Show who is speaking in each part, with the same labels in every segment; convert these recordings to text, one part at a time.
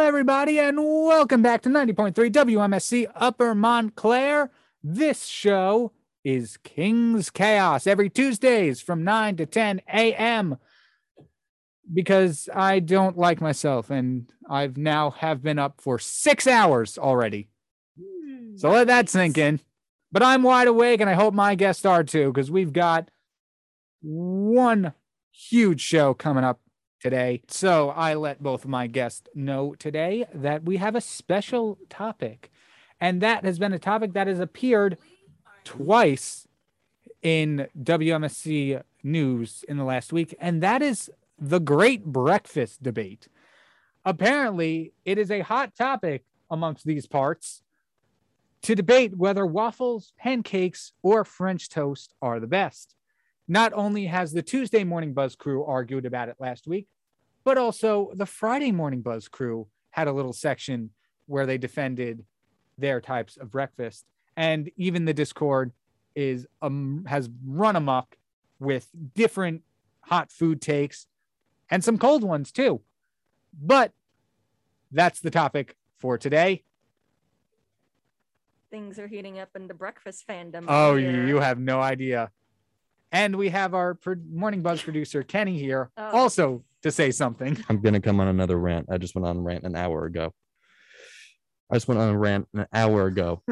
Speaker 1: everybody, and welcome back to 90.3 WMSC Upper Montclair. This show is King's Chaos every Tuesdays from 9 to 10 a.m. because I don't like myself, and I've now have been up for six hours already.
Speaker 2: Hmm.
Speaker 1: So let that sink in. But I'm wide awake, and I hope my guests are too, because we've got one huge show coming up today. So I let both of my guests know today that we have a special topic. And that has been a topic that has appeared twice in WMSC news in the last week. And that is the great breakfast debate. Apparently, it is a hot topic amongst these parts to debate whether waffles, pancakes, or French toast are the best. Not only has the Tuesday Morning Buzz crew argued about it last week, but also the Friday Morning Buzz crew had a little section where they defended their types of breakfast. And even the Discord is um, has run amok with different hot food takes and some cold ones too. But that's the topic for today.
Speaker 2: Things are heating up in the breakfast fandom.
Speaker 1: Oh,
Speaker 2: over here.
Speaker 1: you have no idea. And we have our pro- morning buzz producer Kenny here
Speaker 2: Oh.
Speaker 1: also to say something.
Speaker 3: I'm gonna come on another rant. I just went on a rant an hour ago. I just went on a rant an hour ago.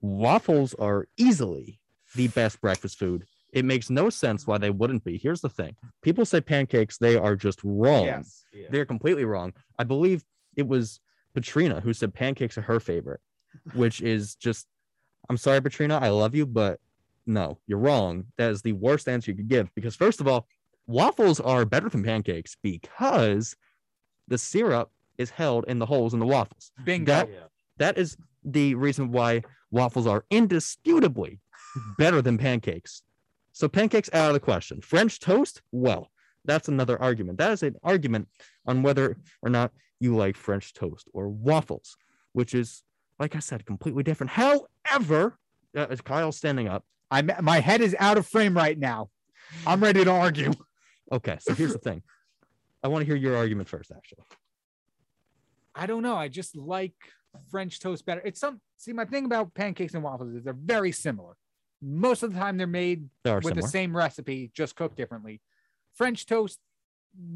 Speaker 3: Waffles are easily the best breakfast food. It makes no sense why they wouldn't be. Here's the thing: people say pancakes; they are just wrong. They're completely wrong. I believe it was Petrina who said pancakes are her favorite, which is just. I'm sorry, Petrina. I love you, but no, you're wrong. That is the worst answer you could give because, first of all, waffles are better than pancakes because the syrup is held in the holes in the waffles.
Speaker 1: Bingo.
Speaker 3: That- That is the reason why waffles are indisputably better than pancakes. So, pancakes out of the question. French toast, well, that's another argument. That is an argument on whether or not you like French toast or waffles, which is, like I said, completely different. However, uh, is Kyle standing up?
Speaker 1: I'm my head is out of frame right now. I'm ready to argue.
Speaker 3: Okay, so here's the thing. I want to hear your argument first, actually.
Speaker 1: I don't know. I just like French toast better. It's some see my thing about pancakes and waffles is they're very similar. Most of the time they're made
Speaker 3: There are
Speaker 1: with
Speaker 3: similar.
Speaker 1: the same recipe, just cooked differently. French toast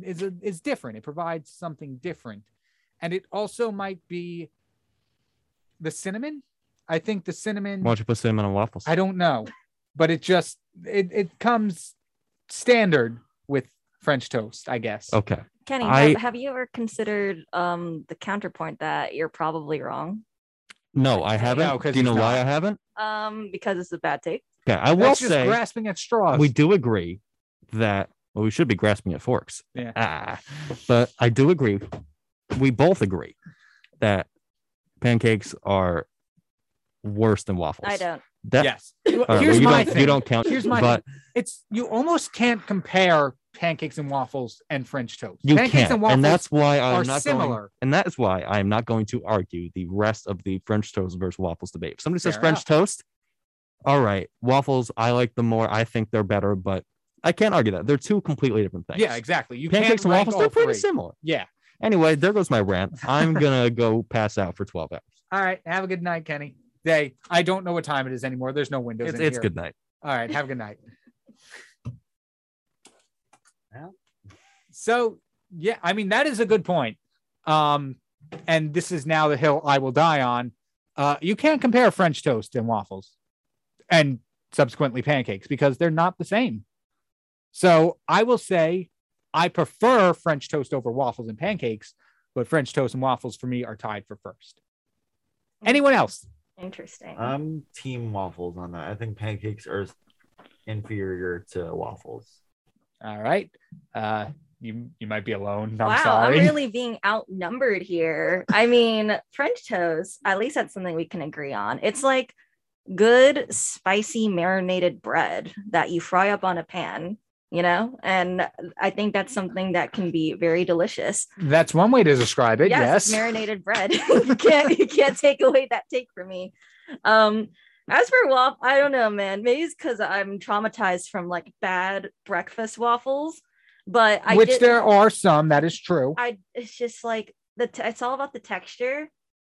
Speaker 1: is a, is different. It provides something different, and it also might be the cinnamon. I think the cinnamon.
Speaker 3: Why don't you put cinnamon on waffles?
Speaker 1: I don't know, but it just it it comes standard with French toast, I guess.
Speaker 3: okay.
Speaker 2: Kenny,
Speaker 3: I-
Speaker 2: have, have you ever considered um the counterpoint that you're probably wrong?
Speaker 3: No, I haven't.
Speaker 1: No, 'cause
Speaker 3: Do you
Speaker 1: he's
Speaker 3: know why
Speaker 1: not.
Speaker 3: I haven't?
Speaker 2: Um, because it's a bad take.
Speaker 3: Okay, I will
Speaker 1: That's just
Speaker 3: say
Speaker 1: grasping at straws.
Speaker 3: we do agree that well, we should be grasping at forks.
Speaker 1: Yeah.
Speaker 3: Ah, but I do agree. We both agree that pancakes are worse than waffles.
Speaker 2: I don't.
Speaker 3: That,
Speaker 1: yes. Well,
Speaker 3: all right,
Speaker 1: here's
Speaker 3: well, you
Speaker 1: my
Speaker 3: don't,
Speaker 1: thing.
Speaker 3: You don't count.
Speaker 1: Here's my
Speaker 3: But
Speaker 1: it's you almost can't compare pancakes and waffles and French toast.
Speaker 3: you
Speaker 1: pancakes
Speaker 3: can't,
Speaker 1: and
Speaker 3: and,
Speaker 1: waffles
Speaker 3: that's why I'm
Speaker 1: are
Speaker 3: not going.
Speaker 1: similar.
Speaker 3: And that is why I am not going to argue the rest of the French toast versus waffles debate. If somebody says
Speaker 1: Fair
Speaker 3: French
Speaker 1: enough.
Speaker 3: toast, all right, waffles, I like them more. I think they're better, but I can't argue that. They're two completely different things.
Speaker 1: Yeah, exactly. You
Speaker 3: Pancakes
Speaker 1: can't
Speaker 3: and
Speaker 1: rank
Speaker 3: waffles,
Speaker 1: all
Speaker 3: they're pretty
Speaker 1: three.
Speaker 3: similar.
Speaker 1: Yeah.
Speaker 3: Anyway, there goes my rant. I'm going to go pass out for 12 hours.
Speaker 1: All right. Have a good night, Kenny. Day. I don't know what time it is anymore. There's no windows.
Speaker 3: It's,
Speaker 1: in
Speaker 3: it's
Speaker 1: here.
Speaker 3: good night.
Speaker 1: All right. Have a good night. So yeah, I mean that is a good point. Um, and this is now the hill I will die on. Uh, you can't compare French toast and waffles, and subsequently pancakes because they're not the same. So I will say I prefer French toast over waffles and pancakes, but French toast and waffles for me are tied for first. Anyone else? Um,
Speaker 2: Interesting.
Speaker 4: I'm team waffles on that. I think pancakes are inferior to waffles.
Speaker 1: All right. Uh, you you might be alone. I'm
Speaker 2: wow,
Speaker 1: sorry.
Speaker 2: I'm really being outnumbered here. I mean, French toast, at least that's something we can agree on. It's like good, spicy, marinated bread that you fry up on a pan, you know? And I think that's something that can be very delicious.
Speaker 1: That's one way to describe it.
Speaker 2: yes,
Speaker 1: Yes.
Speaker 2: it's marinated bread. you can't you can't take away that take from me. Um as for waffle, I don't know, man. Maybe it's because I'm traumatized from like bad breakfast waffles, but I
Speaker 1: Which
Speaker 2: did-
Speaker 1: there are some. That is true.
Speaker 2: I it's just like the te- it's all about the texture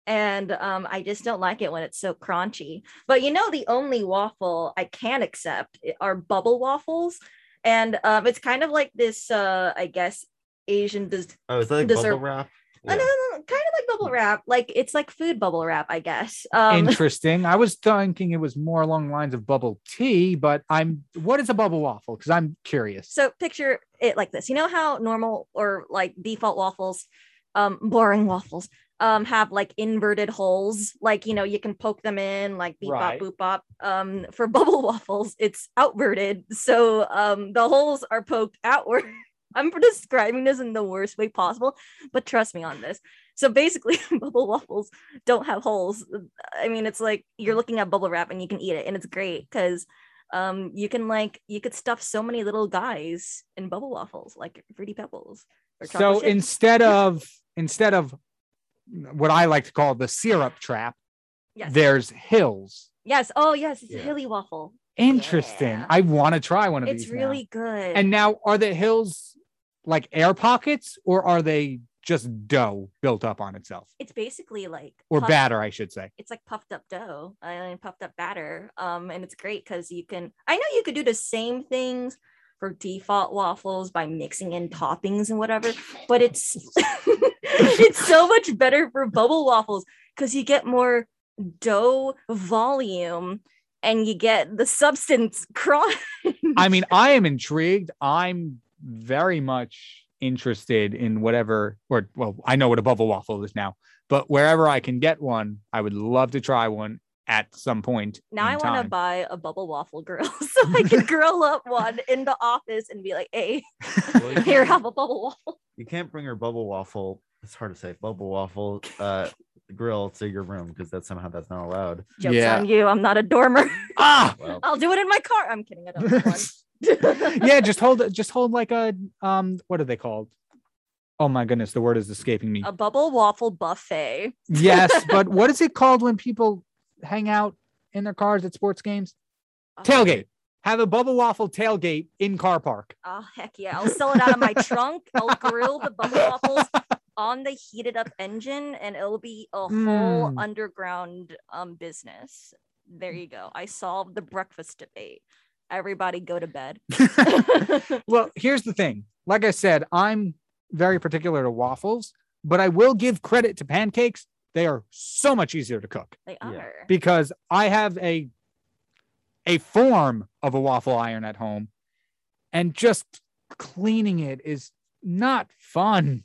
Speaker 2: and um, i just don't like it when it's so crunchy but you know the only waffle i can accept eh, are bubble waffles and um, it's kind of like this uh, i guess asian des-
Speaker 4: Oh, is that like
Speaker 2: Dessert-
Speaker 4: bubble wrap?
Speaker 2: uh, no, no, no, kind of like bubble wrap like it's like food bubble wrap i guess um,
Speaker 1: Mm. Interesting. I was thinking it was more along the lines of bubble tea, but I'm what is a bubble waffle? Because I'm curious.
Speaker 2: So picture it like this. You know how normal or like default waffles, um, boring waffles, um, have like inverted holes. Like you know you can poke them in, like beep
Speaker 1: Right.
Speaker 2: bop boop bop. Um, for bubble waffles, it's outverted, so um, the holes are poked outward. I'm describing this in the worst way possible, but trust me on this. So basically, bubble waffles don't have holes. I mean, it's like you're looking at bubble wrap and you can eat it, and it's great because um you can like you could stuff so many little guys in bubble waffles like fruity pebbles or
Speaker 1: So
Speaker 2: chocolate chip.
Speaker 1: instead of instead of what I like to call the syrup trap,
Speaker 2: yes
Speaker 1: there's hills.
Speaker 2: yes oh yes it's
Speaker 4: Yeah.
Speaker 2: a hilly waffle
Speaker 1: Interesting.
Speaker 2: Yeah.
Speaker 1: I want to try one of
Speaker 2: it's
Speaker 1: these. now.
Speaker 2: really good
Speaker 1: And now, are the hills like air pockets, or are they just dough built up on itself,
Speaker 2: it's basically like
Speaker 1: or
Speaker 2: puff-
Speaker 1: batter, I should say?
Speaker 2: it's like puffed up dough and puffed up batter um and it's great because you can i know you could do the same things for default waffles by mixing in toppings and whatever but it's it's so much better for bubble waffles because you get more dough volume and you get the substance cron
Speaker 1: I mean, I am intrigued. I'm very much interested in whatever, or well, I know what a bubble waffle is now, but wherever I can get one, I would love to try one at some point.
Speaker 2: now
Speaker 1: in
Speaker 2: i want to
Speaker 1: time.
Speaker 2: buy a bubble waffle grill so i can grill up one in the office and be like hey
Speaker 4: Well, you
Speaker 2: here
Speaker 4: can't-
Speaker 2: have a bubble waffle
Speaker 4: You can't bring your bubble waffle. It's hard to say bubble waffle uh, grill to your room because that's somehow that's not allowed.
Speaker 2: jokes
Speaker 1: Yeah.
Speaker 2: on you i'm not a dormer
Speaker 1: Ah,
Speaker 4: Well,
Speaker 2: I'll do it in my car. I'm kidding. I don't have one.
Speaker 1: yeah, just hold, just hold like a um, what are they called? Oh my goodness, the word is escaping me.
Speaker 2: a bubble waffle buffet.
Speaker 1: yes, but what is it called when people hang out in their cars at sports games?
Speaker 2: Oh, Uh,
Speaker 1: Tailgate. Have a bubble waffle tailgate in car park.
Speaker 2: Oh, heck yeah. I'll sell it out of my trunk. I'll grill the bubble waffles on the heated up engine and it'll be a whole
Speaker 1: Mm.
Speaker 2: underground um, business. There you go. I solved the breakfast debate. Everybody go to bed.
Speaker 1: well, here's the thing. Like I said, I'm very particular to waffles, but I will give credit to pancakes. They are so much easier to cook
Speaker 2: They
Speaker 4: Yeah.
Speaker 2: are.
Speaker 1: because I have a a form of a waffle iron at home and just cleaning it is not fun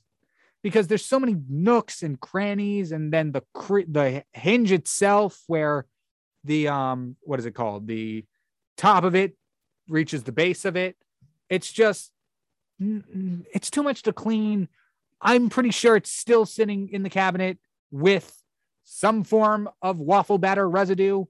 Speaker 1: because there's so many nooks and crannies and then the cr- the hinge itself where the um what is it called the top of it reaches the base of it it's just n- n- it's too much to clean i'm pretty sure it's still sitting in the cabinet with some form of waffle batter residue.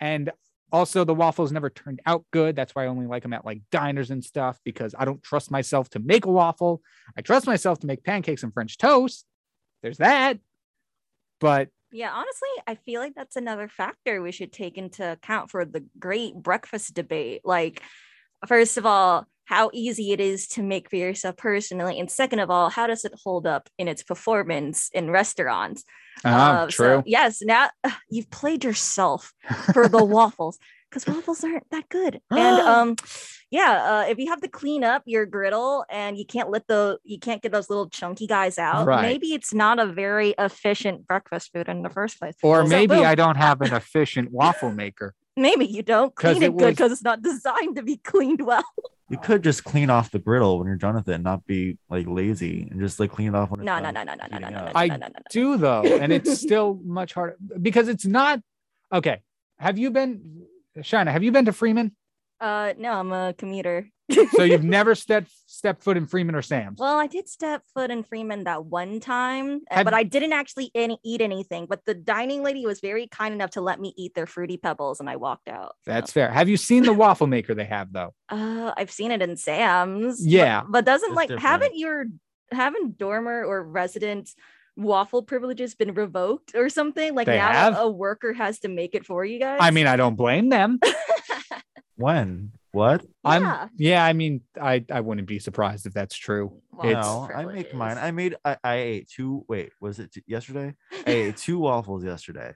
Speaker 1: And also, the waffles never turned out good. That's why I only like them at like diners and stuff because I don't trust myself to make a waffle. I trust myself to make pancakes and French toast. There's that. But
Speaker 2: Yeah, honestly, I feel like that's another factor we should take into account for the great breakfast debate. Like, first of all, how easy it is to make for yourself personally. And second of all, how does it hold up in its performance in restaurants?
Speaker 1: Ah, um,
Speaker 2: Uh, so, yes, now ugh, you've played yourself for the waffles because waffles aren't that good. And
Speaker 1: Ah.
Speaker 2: um, yeah, uh, if you have to clean up your griddle and you can't let the you can't get those little chunky guys out,
Speaker 1: Right.
Speaker 2: maybe it's not a very efficient breakfast food in the first place.
Speaker 1: or
Speaker 2: so
Speaker 1: maybe
Speaker 2: boom.
Speaker 1: I don't have an efficient waffle maker.
Speaker 2: Maybe you don't
Speaker 1: 'Cause
Speaker 2: clean it,
Speaker 1: it
Speaker 2: good
Speaker 1: was-
Speaker 2: because it's not designed to be cleaned well.
Speaker 4: you could just clean off the griddle when you're done with it, and not be like lazy and just like clean it off when it's
Speaker 2: No, no,
Speaker 4: done.
Speaker 2: no, no, no, no, no, no, no,
Speaker 1: I
Speaker 2: no, no, no, no.
Speaker 1: do though, and it's still much harder because it's not okay. Have you been, Shina? Have you been to Freeman?
Speaker 2: Uh, no, I'm a commuter.
Speaker 1: So you've never stepped stepped foot in Freeman or Sam's.
Speaker 2: Well, I did step foot in Freeman that one time, uh,
Speaker 1: Have-
Speaker 2: but I didn't actually any, eat anything. But the dining lady was very kind enough to let me eat their fruity pebbles, and I walked out. so.
Speaker 1: That's fair. Have you seen the waffle maker they have though?
Speaker 2: Uh, I've seen it in Sam's. but-
Speaker 1: Yeah.
Speaker 2: but, doesn't
Speaker 4: It's
Speaker 2: like
Speaker 4: different.
Speaker 2: haven't your haven't dormer or resident waffle privileges been revoked or something? Like
Speaker 1: They
Speaker 2: now
Speaker 1: have?
Speaker 2: a worker has to make it for you guys.
Speaker 1: I mean, I don't blame them.
Speaker 4: When What?
Speaker 1: I'm yeah, I mean, I I wouldn't be surprised if that's true.
Speaker 2: Well,
Speaker 1: It's-
Speaker 4: no, I make mine. I made. I, I ate two. Wait, was it t- yesterday? I ate two waffles yesterday.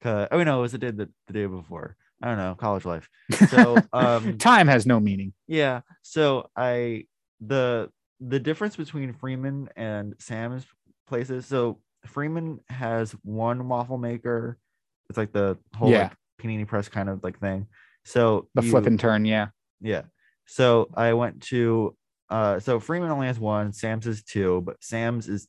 Speaker 4: 'Cause- oh no, it was the day the, the day before. I don't know. College life. So um,
Speaker 1: Time has no meaning.
Speaker 4: Yeah. So I the the difference between Freeman and Sam's places. So Freeman has one waffle maker. It's like the whole
Speaker 1: Yeah.
Speaker 4: like, panini press kind of like thing. So
Speaker 1: The
Speaker 4: you-
Speaker 1: flip and turn, yeah.
Speaker 4: yeah. So I went to uh so Freeman only has one, Sam's is two, but Sam's is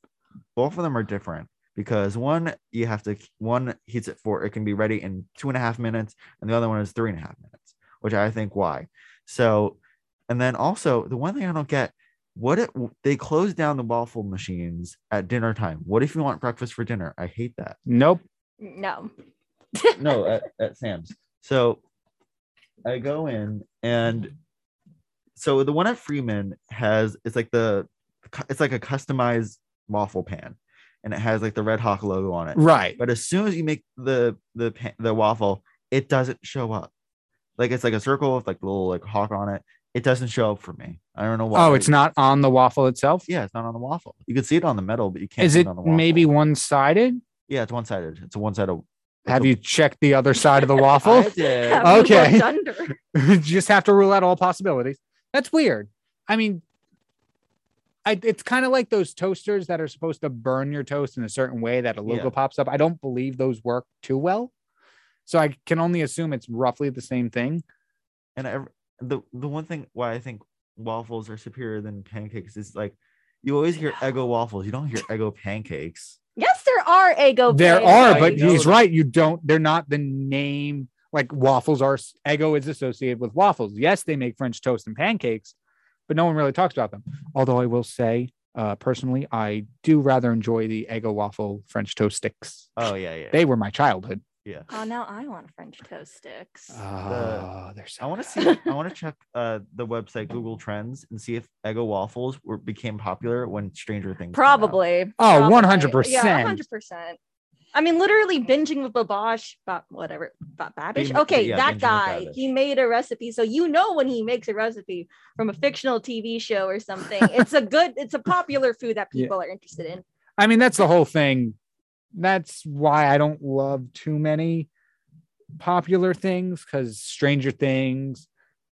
Speaker 4: both of them are different because one you have to one heats it for it can be ready in two and a half minutes, and the other one is three and a half minutes, which I think why. So and then also the one thing I don't get what if they close down the waffle machines at dinner time? What if you want breakfast for dinner? I hate that
Speaker 1: Nope.
Speaker 2: no.
Speaker 4: no, at, at Sam's. So I go in and so the one at Freeman has it's like the it's like a customized waffle pan and it has like the Red Hawk logo on it.
Speaker 1: Right.
Speaker 4: But as soon as you make the the pan, the waffle, it doesn't show up. Like it's like a circle with like a little like hawk on it. It doesn't show up for me. I don't know why.
Speaker 1: Oh, it's not on the waffle itself.
Speaker 4: Yeah, it's not on the waffle. You can see it on the metal, but you can't.
Speaker 1: Is
Speaker 4: see
Speaker 1: it
Speaker 4: on the waffle.
Speaker 1: maybe one sided?
Speaker 4: Yeah, it's one sided. It's a one sided.
Speaker 1: Have you checked the other side of the
Speaker 4: I
Speaker 1: waffle?
Speaker 4: did.
Speaker 2: Have you
Speaker 1: Okay.
Speaker 2: looked under?
Speaker 1: Just have to rule out all possibilities. That's weird. I mean, I, it's kind of like those toasters that are supposed to burn your toast in a certain way that a logo
Speaker 4: Yeah.
Speaker 1: pops up. I don't believe those work too well. So I can only assume it's roughly the same thing.
Speaker 4: and I, the the one thing why I think waffles are superior than pancakes is like you always hear Eggo waffles, you don't hear Eggo pancakes.
Speaker 2: Yes, there are Eggo.
Speaker 1: There
Speaker 2: pancakes.
Speaker 1: are, but
Speaker 4: know
Speaker 1: he's
Speaker 4: that.
Speaker 1: right. You don't, they're not the name. Like waffles are, Eggo is associated with waffles. Yes, they make French toast and pancakes, but no one really talks about them. Although I will say, uh, personally, I do rather enjoy the Eggo waffle French toast sticks.
Speaker 4: Oh yeah, yeah,
Speaker 1: They were my childhood.
Speaker 4: yeah.
Speaker 2: Oh, now I want French toast sticks.
Speaker 4: Uh,
Speaker 1: Oh, they're so
Speaker 4: I want to
Speaker 1: good.
Speaker 4: see. I want to check uh, the website Google Trends and see if Eggo waffles were became popular when Stranger Things. came out.
Speaker 2: Probably.
Speaker 1: Oh,
Speaker 2: Probably.
Speaker 1: 100%.
Speaker 2: Yeah, 100%. I mean, literally binging with Babash, ba- whatever, ba- Babish.
Speaker 4: Bing-
Speaker 2: Okay,
Speaker 4: yeah, binging
Speaker 2: that
Speaker 4: with
Speaker 2: guy,
Speaker 4: Babish.
Speaker 2: he made a recipe. So you know when he makes a recipe from a fictional TV show or something, it's a good, it's a popular food that
Speaker 1: Yeah.
Speaker 2: people are interested in.
Speaker 1: I mean, that's the whole thing. That's why I don't love too many popular things because Stranger Things,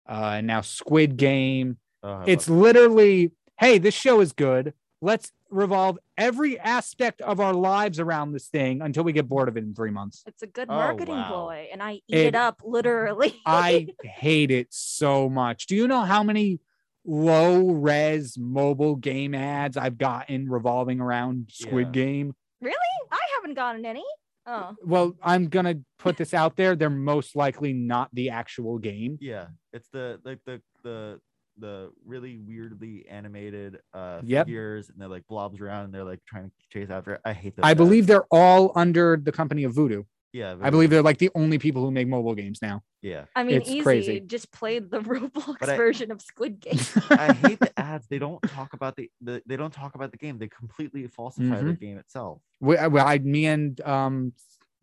Speaker 1: uh, and now Squid Game.
Speaker 4: Oh, I
Speaker 1: It's
Speaker 4: love
Speaker 1: literally, hey, this show is good. Let's revolve every aspect of our lives around this thing until we get bored of it in three months.
Speaker 2: It's a good
Speaker 4: Oh,
Speaker 2: marketing
Speaker 4: wow. Uh,
Speaker 2: ploy, and I eat
Speaker 1: It-
Speaker 2: it, up literally.
Speaker 1: I hate it so much. Do you know how many low res mobile game ads I've gotten revolving around Squid
Speaker 4: Yeah.
Speaker 1: Game?
Speaker 2: really? I haven't gotten any. Oh,
Speaker 1: Well, I'm gonna put this out there. They're most likely not the actual game.
Speaker 4: it. yeah. It's the like the the the really weirdly animated uh
Speaker 1: Yep.
Speaker 4: figures and they're like blobs around and they're like trying to chase after. it. I hate that.
Speaker 1: I believe they're all under the company of Voodoo.
Speaker 4: Yeah,
Speaker 1: I believe they're like the only people who make mobile games now.
Speaker 4: Yeah.
Speaker 2: I mean,
Speaker 1: It's
Speaker 2: easy.
Speaker 1: crazy.
Speaker 2: Just played the Roblox
Speaker 4: But I-
Speaker 2: version of Squid Game.
Speaker 4: I hate the ads. They don't talk about the, the they don't talk about the game. They completely falsify the game itself.
Speaker 1: we, I, well, I, me and um,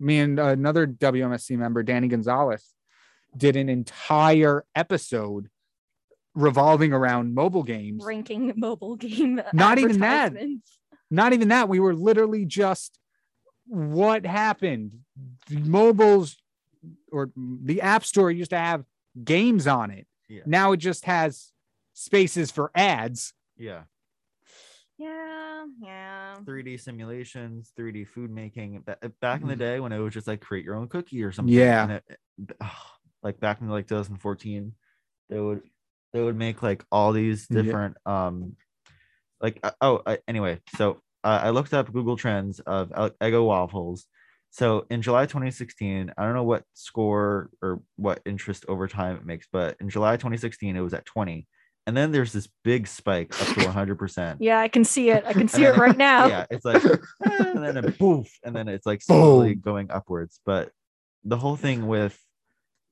Speaker 1: me and another WMSC member, Danny Gonzalez, did an entire episode revolving around mobile games.
Speaker 2: ranking mobile game.
Speaker 1: Not even that.
Speaker 2: advertisements.
Speaker 1: Not even that. We were literally just what happened. The mobiles or the App Store used to have games on it.
Speaker 4: Yeah.
Speaker 1: Now it just has spaces for ads.
Speaker 4: Yeah.
Speaker 2: Yeah, yeah.
Speaker 4: 3D simulations, 3D food making. Ba- uh, Back in the day when it was just like create your own cookie or something.
Speaker 1: Mm-hmm. Yeah.
Speaker 4: and it- it- ugh, like back in like 2014, they would they would make like all these
Speaker 1: Yeah.
Speaker 4: different um like uh, oh I, anyway, so uh, I looked up Google Trends of uh, Eggo waffles. So in July 2016, I don't know what score or what interest over time it makes, but in July 2016 it was at 20. And then there's this big spike up to 100 percent
Speaker 2: Yeah, I can see it. I can see
Speaker 4: then-
Speaker 2: it right now.
Speaker 4: yeah, it's like eh, and then a poof, and then it's like slowly going upwards. But the whole thing with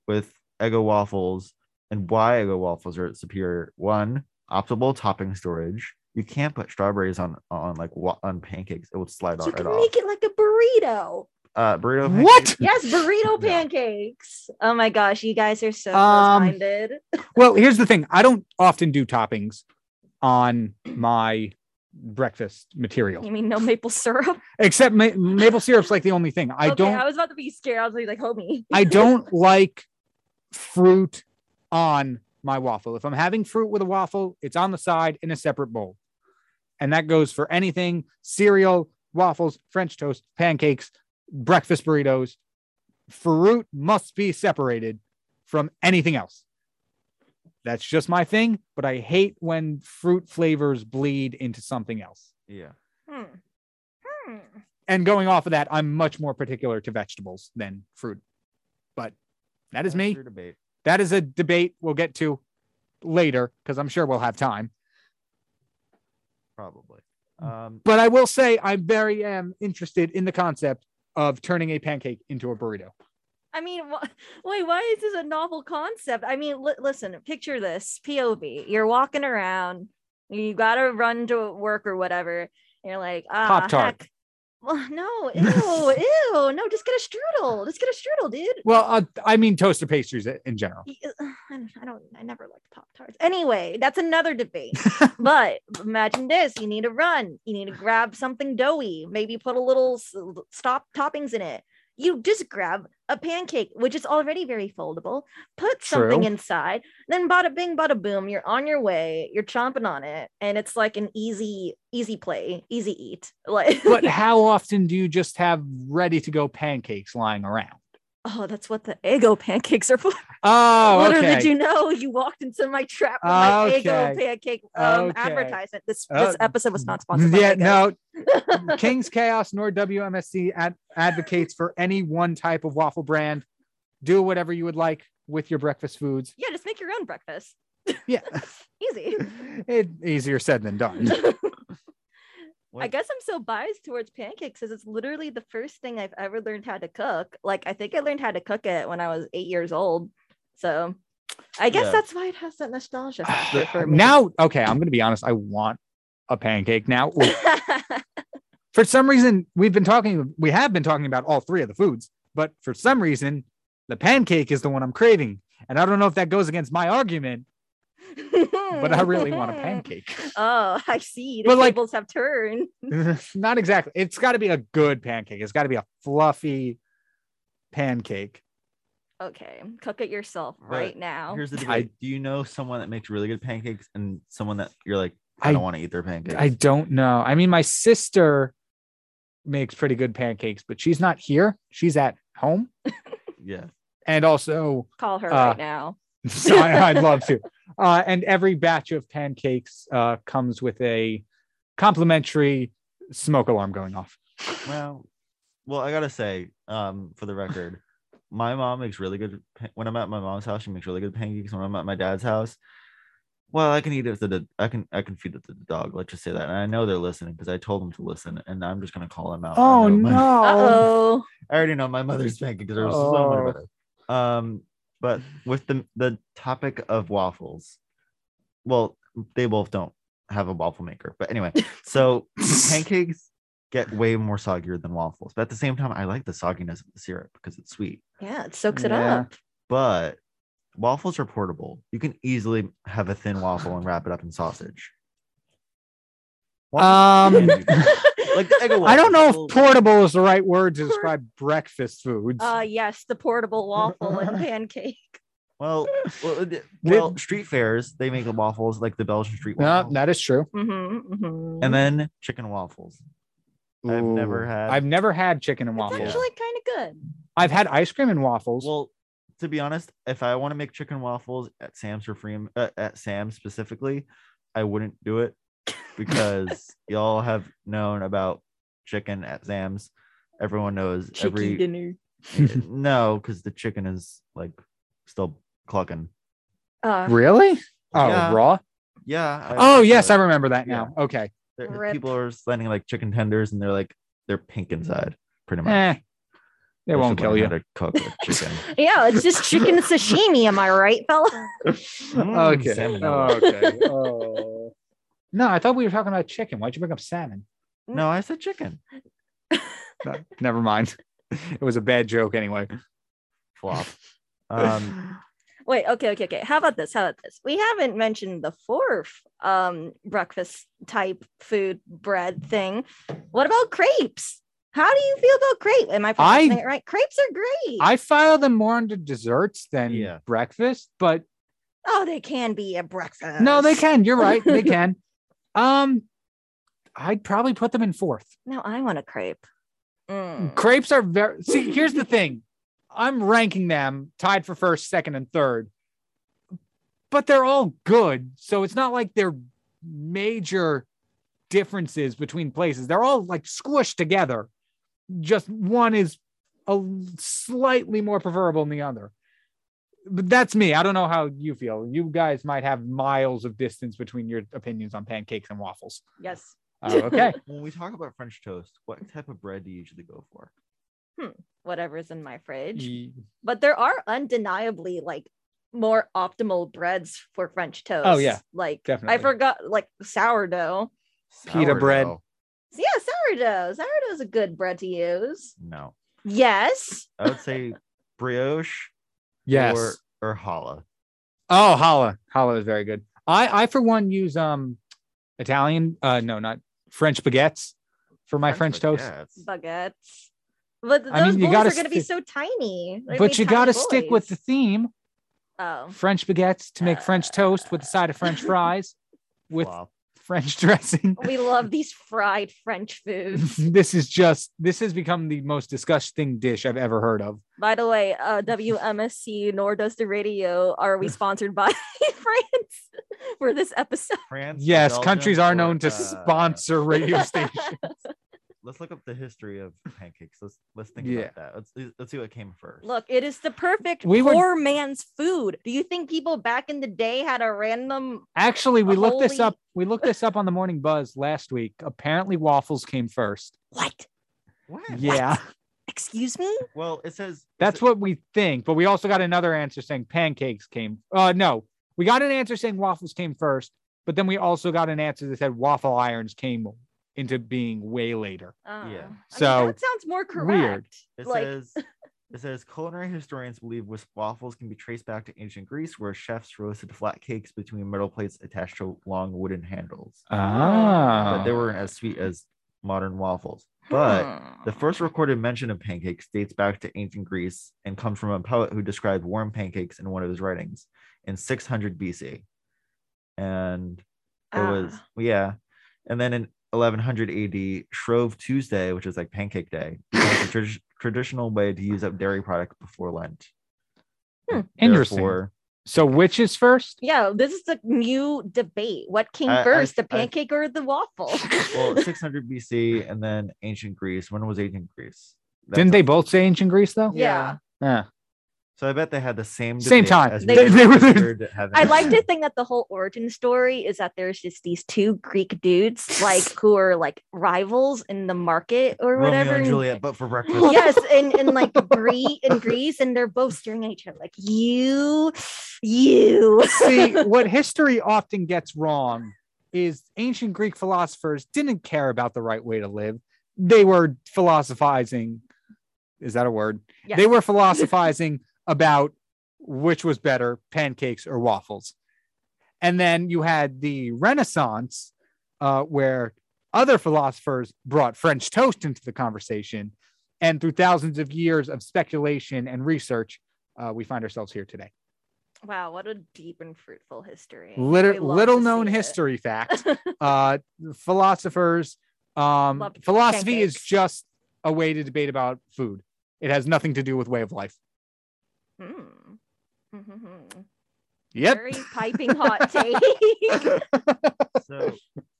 Speaker 4: with Eggo waffles and why Eggo waffles are superior. One, optimal topping storage. You can't put strawberries on on like wa- on pancakes; it will slide
Speaker 2: You
Speaker 4: right
Speaker 2: can
Speaker 4: off.
Speaker 2: make it like a burrito.
Speaker 4: uh, burrito.
Speaker 1: What?
Speaker 2: Yes, burrito
Speaker 4: Yeah.
Speaker 2: pancakes. Oh my gosh, you guys are so
Speaker 1: Um,
Speaker 2: close-minded.
Speaker 1: Well, here's the thing. I don't often do toppings on my breakfast
Speaker 2: You
Speaker 1: material,
Speaker 2: mean no maple syrup?
Speaker 1: except ma- maple syrup's like the only thing. I
Speaker 2: okay,
Speaker 1: don't.
Speaker 2: I was about to be scared. I was gonna be like, homie.
Speaker 1: I don't like fruit on my waffle. If I'm having fruit with a waffle, it's on the side in a separate bowl. And that goes for anything cereal, waffles, French toast, pancakes, breakfast burritos. Fruit must be separated from anything else. That's just my thing, but I hate when fruit flavors bleed into something else.
Speaker 4: Yeah.
Speaker 2: Hmm. Hmm.
Speaker 1: And going off of that, I'm much more particular to vegetables than fruit. But that is
Speaker 4: That's
Speaker 1: me.
Speaker 4: your debate.
Speaker 1: That is a debate we'll get to later because I'm sure we'll have time.
Speaker 4: Probably.
Speaker 2: Mm.
Speaker 4: Um,
Speaker 1: But I will say I very am interested in the concept of turning a pancake into a burrito.
Speaker 2: I mean, wh- wait, why is this a novel concept? I mean, li- listen, picture this POV. You're walking around, you gotta run to work or whatever. And you're like, ah,
Speaker 1: Pop-Tart.
Speaker 2: heck. Well, no, ew, ew, no, just get a strudel. Just get a strudel, dude.
Speaker 1: Well, uh, I mean toaster pastries i- in general.
Speaker 2: Y- ugh, I don't, I don't, I never liked Pop Tarts. Anyway, that's another debate. but imagine this you need to run, you need to grab something doughy, maybe put a little s- l- stop toppings in it. You just grab a pancake, which is already very foldable, put something
Speaker 1: True.
Speaker 2: inside, then bada bing, bada boom, you're on your way, you're chomping on it, and it's like an easy, easy play, easy eat. Like,
Speaker 1: But how often do you just have ready to go pancakes lying around?
Speaker 2: oh, that's what the Eggo pancakes are for.
Speaker 1: Oh,
Speaker 2: Little
Speaker 1: okay. Ah,
Speaker 2: did you know you walked into my trap with my Eggo
Speaker 1: Okay.
Speaker 2: pancake um,
Speaker 1: Okay.
Speaker 2: advertisement. This
Speaker 1: Oh,
Speaker 2: this episode was not sponsored. By
Speaker 1: yeah,
Speaker 2: Eggo.
Speaker 1: no. King's Chaos nor WMSC ad- advocates for any one type of waffle brand. Do whatever you would like with your breakfast foods.
Speaker 2: Yeah, just make your own breakfast.
Speaker 1: Yeah.
Speaker 2: Easy.
Speaker 1: it, easier said than done.
Speaker 2: I
Speaker 4: What-
Speaker 2: guess I'm so biased towards pancakes because it's literally the first thing I've ever learned how to cook. Like I think I learned how to cook it when I was eight years old. So I guess
Speaker 4: Yeah.
Speaker 2: that's why it has that nostalgia factor for me.
Speaker 1: now, okay, I'm going to be honest. I want a pancake now. For some reason, we've been talking, we have been talking about all three of the foods, but for some reason, the pancake is the one I'm craving. And I don't know if that goes against my argument, but I really want a pancake.
Speaker 2: Oh, I see. The
Speaker 1: But, like-
Speaker 2: tables have turned.
Speaker 1: Not exactly. It's got to be a good pancake. It's got to be a fluffy pancake.
Speaker 2: Okay, cook it yourself right now.
Speaker 4: Here's the
Speaker 1: I-
Speaker 4: debate. Do you know someone that makes really good pancakes and someone that you're like, I,
Speaker 1: I-
Speaker 4: don't want to eat their pancakes?
Speaker 1: I don't know. I mean, my sister makes pretty good pancakes, but she's not here. She's at home.
Speaker 4: yeah.
Speaker 1: And also,
Speaker 2: Call her
Speaker 1: uh,
Speaker 2: right now.
Speaker 1: So I, I'd love to. Uh, and every batch of pancakes uh, comes with a complimentary smoke alarm going off.
Speaker 4: Well, well, I gotta say, um, for the record, my mom makes really good. pa- When I'm at my mom's house, she makes really good pancakes. When I'm at my dad's house, well, I can eat it with the. I can I can feed it to the dog. Let's just say that. And I know they're listening because I told them to listen, and I'm just gonna call them out. I
Speaker 1: Oh
Speaker 4: know my-
Speaker 1: no!
Speaker 2: Uh-oh.
Speaker 4: I already know my mother's pancakes are so
Speaker 1: Oh.
Speaker 4: much better. Um, but with the the topic of waffles, well, they both don't have a waffle maker. But anyway, so pancakes get way more soggier than waffles. But at the same time, I like the sogginess of the syrup because it's sweet.
Speaker 2: Yeah, it soaks it
Speaker 1: Yeah.
Speaker 2: up.
Speaker 4: But waffles are portable. You can easily have a thin waffle and wrap it up in sausage.
Speaker 1: Um,
Speaker 4: Like the Eggo
Speaker 1: I don't know if
Speaker 4: waffles.
Speaker 1: portable is the right word to describe breakfast foods.
Speaker 2: Uh yes, the portable waffle and pancake.
Speaker 4: Well, well, it- well, street fairs they make the waffles like the Belgian street
Speaker 1: no,
Speaker 4: waffles.
Speaker 1: that is true.
Speaker 2: Mm-hmm,
Speaker 4: and then chicken waffles. I've never
Speaker 1: Ooh.
Speaker 4: had-
Speaker 1: I've never had chicken and
Speaker 2: it's
Speaker 1: waffles.
Speaker 2: actually kind of good.
Speaker 1: I've had ice cream and waffles.
Speaker 4: Well, to be honest, if I want to make chicken waffles at Sam's or Freem uh, at Sam's specifically, I wouldn't do it because y'all have known about chicken at Sam's. Everyone knows every
Speaker 2: dinner.
Speaker 4: no, because the chicken is like still clucking.
Speaker 2: Uh,
Speaker 1: really? Oh,
Speaker 4: Yeah.
Speaker 1: raw.
Speaker 4: Yeah. I-
Speaker 1: Oh yes, I
Speaker 4: uh,
Speaker 1: remember that now. Okay.
Speaker 4: there-
Speaker 2: Rip.
Speaker 4: people are sending like chicken tenders, and they're like they're pink inside, pretty much.
Speaker 1: Eh,
Speaker 4: They
Speaker 1: it won't
Speaker 4: should
Speaker 1: kill
Speaker 4: learn
Speaker 1: you.
Speaker 4: how to cook with chicken.
Speaker 2: yeah, it's just chicken sashimi. Am I right, fella?
Speaker 4: Mm,
Speaker 1: Okay.
Speaker 4: salmonella.
Speaker 1: okay. Oh. No, I thought we were talking about chicken. Why'd you bring up salmon?
Speaker 4: no, I said chicken.
Speaker 1: No, Uh, never mind. It was a bad joke anyway.
Speaker 4: Flop. Um,
Speaker 2: Wait, okay, okay, okay. How about this? How about this? We haven't mentioned the fourth um breakfast type food bread thing. What about crepes? How do you feel about crepe? Am I pronouncing it right? Crepes are great.
Speaker 1: I file them more under desserts than
Speaker 4: Yeah.
Speaker 1: breakfast, but
Speaker 2: oh, they can be a breakfast.
Speaker 1: no, they can. You're right. They can. Um, I'd probably put them in fourth.
Speaker 2: No, I want a crepe. Mm.
Speaker 1: Crepes are very. See, here's the thing. I'm ranking them tied for first, second, and third, but they're all good. So it's not like they're major differences between places. They're all like squished together. Just one is a slightly more preferable than the other. But that's me. I don't know how you feel. You guys might have miles of distance between your opinions on pancakes and waffles.
Speaker 2: Yes.
Speaker 1: Uh, okay.
Speaker 4: when we talk about French toast, what type of bread do you usually go for?
Speaker 2: Whatever's in my fridge.
Speaker 1: Y-
Speaker 2: But there are undeniably like more optimal breads for French toast.
Speaker 1: Oh, yeah.
Speaker 2: Like
Speaker 1: Definitely.
Speaker 2: I forgot like sourdough.
Speaker 1: Pita bread.
Speaker 4: Sourdough?
Speaker 2: So yeah, sourdough. Sourdough's a good bread to use.
Speaker 4: No,
Speaker 2: Yes.
Speaker 4: I would say brioche.
Speaker 1: yes.
Speaker 4: Or, or challah.
Speaker 1: Oh, challah. Challah is very good. I, I for one use um Italian, uh no, not French baguettes for my French, toast.
Speaker 4: baguettes.
Speaker 2: Baguettes. But those
Speaker 1: I mean, you
Speaker 2: bowls
Speaker 1: gotta
Speaker 2: are going to be
Speaker 1: stick-
Speaker 2: so tiny. They're gonna
Speaker 1: But
Speaker 2: be
Speaker 1: you
Speaker 2: tiny
Speaker 1: got to stick with the
Speaker 2: boys.
Speaker 1: theme,
Speaker 2: Oh.
Speaker 1: French baguettes to make French toast with a side of French fries with
Speaker 4: Flop.
Speaker 1: French dressing.
Speaker 2: We love these fried French foods.
Speaker 1: this is just this has become the most disgusting dish I've ever heard of.
Speaker 2: By the way, uh, WMSC nor does the radio. Are we sponsored by France for this episode?
Speaker 4: France.
Speaker 1: Yes,
Speaker 4: Belgium,
Speaker 1: countries are
Speaker 4: or,
Speaker 1: known to
Speaker 4: uh,
Speaker 1: sponsor radio stations.
Speaker 4: Let's look up the history of pancakes. Let's let's think
Speaker 1: Yeah.
Speaker 4: about that. Let's let's see what came first.
Speaker 2: Look, it is the perfect
Speaker 1: We were-
Speaker 2: poor man's food. Do you think people back in the day had a random?
Speaker 1: Actually, we
Speaker 2: A
Speaker 1: looked this
Speaker 2: holy-
Speaker 1: up. We looked this up on the Morning Buzz last week. Apparently, waffles came first.
Speaker 2: What?
Speaker 4: What?
Speaker 1: Yeah.
Speaker 2: Excuse me?
Speaker 4: Well, it says it
Speaker 1: That's
Speaker 4: sa-
Speaker 1: what we think, but we also got another answer saying pancakes came. Uh, no, we got an answer saying waffles came first, but then we also got an answer that said waffle irons came into being way later.
Speaker 2: Uh, I mean,
Speaker 1: So,
Speaker 2: that sounds more correct.
Speaker 1: weird.
Speaker 4: it
Speaker 2: like-
Speaker 4: says. It says culinary historians believe was waffles can be traced back to ancient Greece, where chefs roasted flat cakes between metal plates attached to long wooden handles.
Speaker 1: Ah,
Speaker 4: But they weren't as sweet as modern waffles. But
Speaker 2: Hmm.
Speaker 4: The first recorded mention of pancakes dates back to ancient Greece and comes from a poet who described warm pancakes in one of his writings in 600 BC. And it
Speaker 2: Uh,
Speaker 1: Ah.
Speaker 4: was, yeah. And then in 1100 AD, Shrove Tuesday, which is like Pancake Day, was a tradi- traditional way to use up dairy product before Lent.
Speaker 2: Hmm.
Speaker 1: Interesting.
Speaker 4: Therefore,
Speaker 1: so which is first?
Speaker 2: Yeah, this is the new debate. What came
Speaker 4: I- I-
Speaker 2: first, the
Speaker 4: I-
Speaker 2: pancake or the waffle?
Speaker 4: well, 600 BC and then ancient Greece. When was ancient Greece? That's
Speaker 1: Didn't
Speaker 4: a-
Speaker 1: they both say ancient Greece though?
Speaker 2: Yeah.
Speaker 1: Yeah.
Speaker 4: So I bet they had the same
Speaker 1: Same
Speaker 4: debate
Speaker 1: time.
Speaker 4: as
Speaker 2: They-
Speaker 4: we
Speaker 1: they were-
Speaker 4: considered having
Speaker 2: I like
Speaker 4: now.
Speaker 2: to think that the whole origin story is that there's just these two Greek dudes, like who are like rivals in the market or whatever.
Speaker 4: Romeo and
Speaker 2: and-
Speaker 4: Juliet, but for breakfast.
Speaker 2: yes, and in like Greece in Greece, and they're both staring at each other like you, you.
Speaker 1: See, what history often gets wrong is ancient Greek philosophers didn't care about the right way to live. They were philosophizing. Is that a word?
Speaker 2: Yeah.
Speaker 1: They were philosophizing about which was better, pancakes or waffles. And then you had the Renaissance, uh, where other philosophers brought French toast into the conversation. And through thousands of years of speculation and research, uh, we find ourselves here today.
Speaker 2: Wow, what a deep and fruitful history. We
Speaker 1: Little,
Speaker 2: love
Speaker 1: little
Speaker 2: to
Speaker 1: known
Speaker 2: see it.
Speaker 1: history fact uh philosophers um
Speaker 2: Love
Speaker 1: philosophy is
Speaker 2: pancakes.
Speaker 1: just a way to debate about food it has nothing to do with way of life
Speaker 2: Hmm. Mhm.
Speaker 1: yep
Speaker 2: Very piping hot take.
Speaker 4: so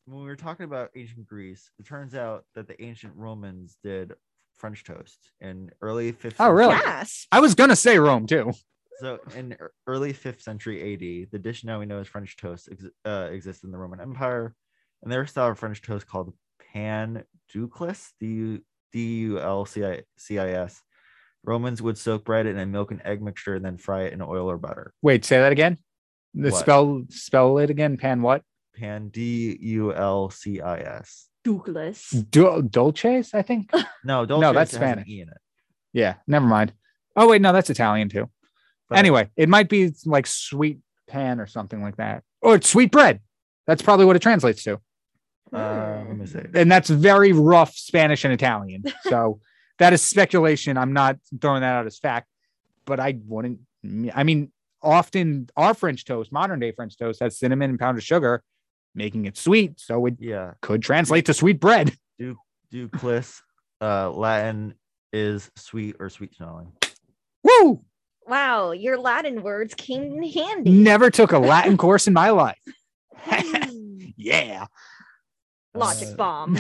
Speaker 4: when we were talking about ancient Greece, it turns out that the ancient Romans did French toast in early fifth.
Speaker 1: Oh, really?
Speaker 4: century-
Speaker 2: yes.
Speaker 1: i was gonna say rome too
Speaker 4: So in ear- early fifth century AD, the dish now we know as French toast ex- uh, exists in the Roman Empire, and their style of French toast called pan duclis, D U L C I C I S. Romans would soak bread in a milk and egg mixture and then fry it in oil or butter.
Speaker 1: wait say that again the
Speaker 4: What?
Speaker 1: spell spell it again pan what
Speaker 4: Pan D U L C I S.
Speaker 2: Douglas.
Speaker 1: Dul- dolces i think
Speaker 4: No, don't.
Speaker 1: that's
Speaker 4: has an
Speaker 1: Spanish.
Speaker 4: E in it.
Speaker 1: Yeah, never mind. Oh wait, no, that's Italian too.
Speaker 4: But-
Speaker 1: anyway, it might be like sweet pan or something like that, or it's sweet bread. That's probably what it translates to,
Speaker 4: Uh,
Speaker 2: Hmm.
Speaker 4: let me see.
Speaker 1: and that's very rough Spanish and Italian. So that is speculation. I'm not throwing that out as fact, but I wouldn't. I mean, often our French toast, modern day French toast, has cinnamon and powdered sugar, making it sweet. So it
Speaker 4: Yeah.
Speaker 1: could translate to sweet bread.
Speaker 4: Duclis, uh, Latin is sweet or sweet smelling.
Speaker 1: Woo!
Speaker 2: Wow, your Latin words came in handy.
Speaker 1: Never took a Latin course in my life. yeah.
Speaker 2: Logic
Speaker 4: Uh,
Speaker 2: bomb.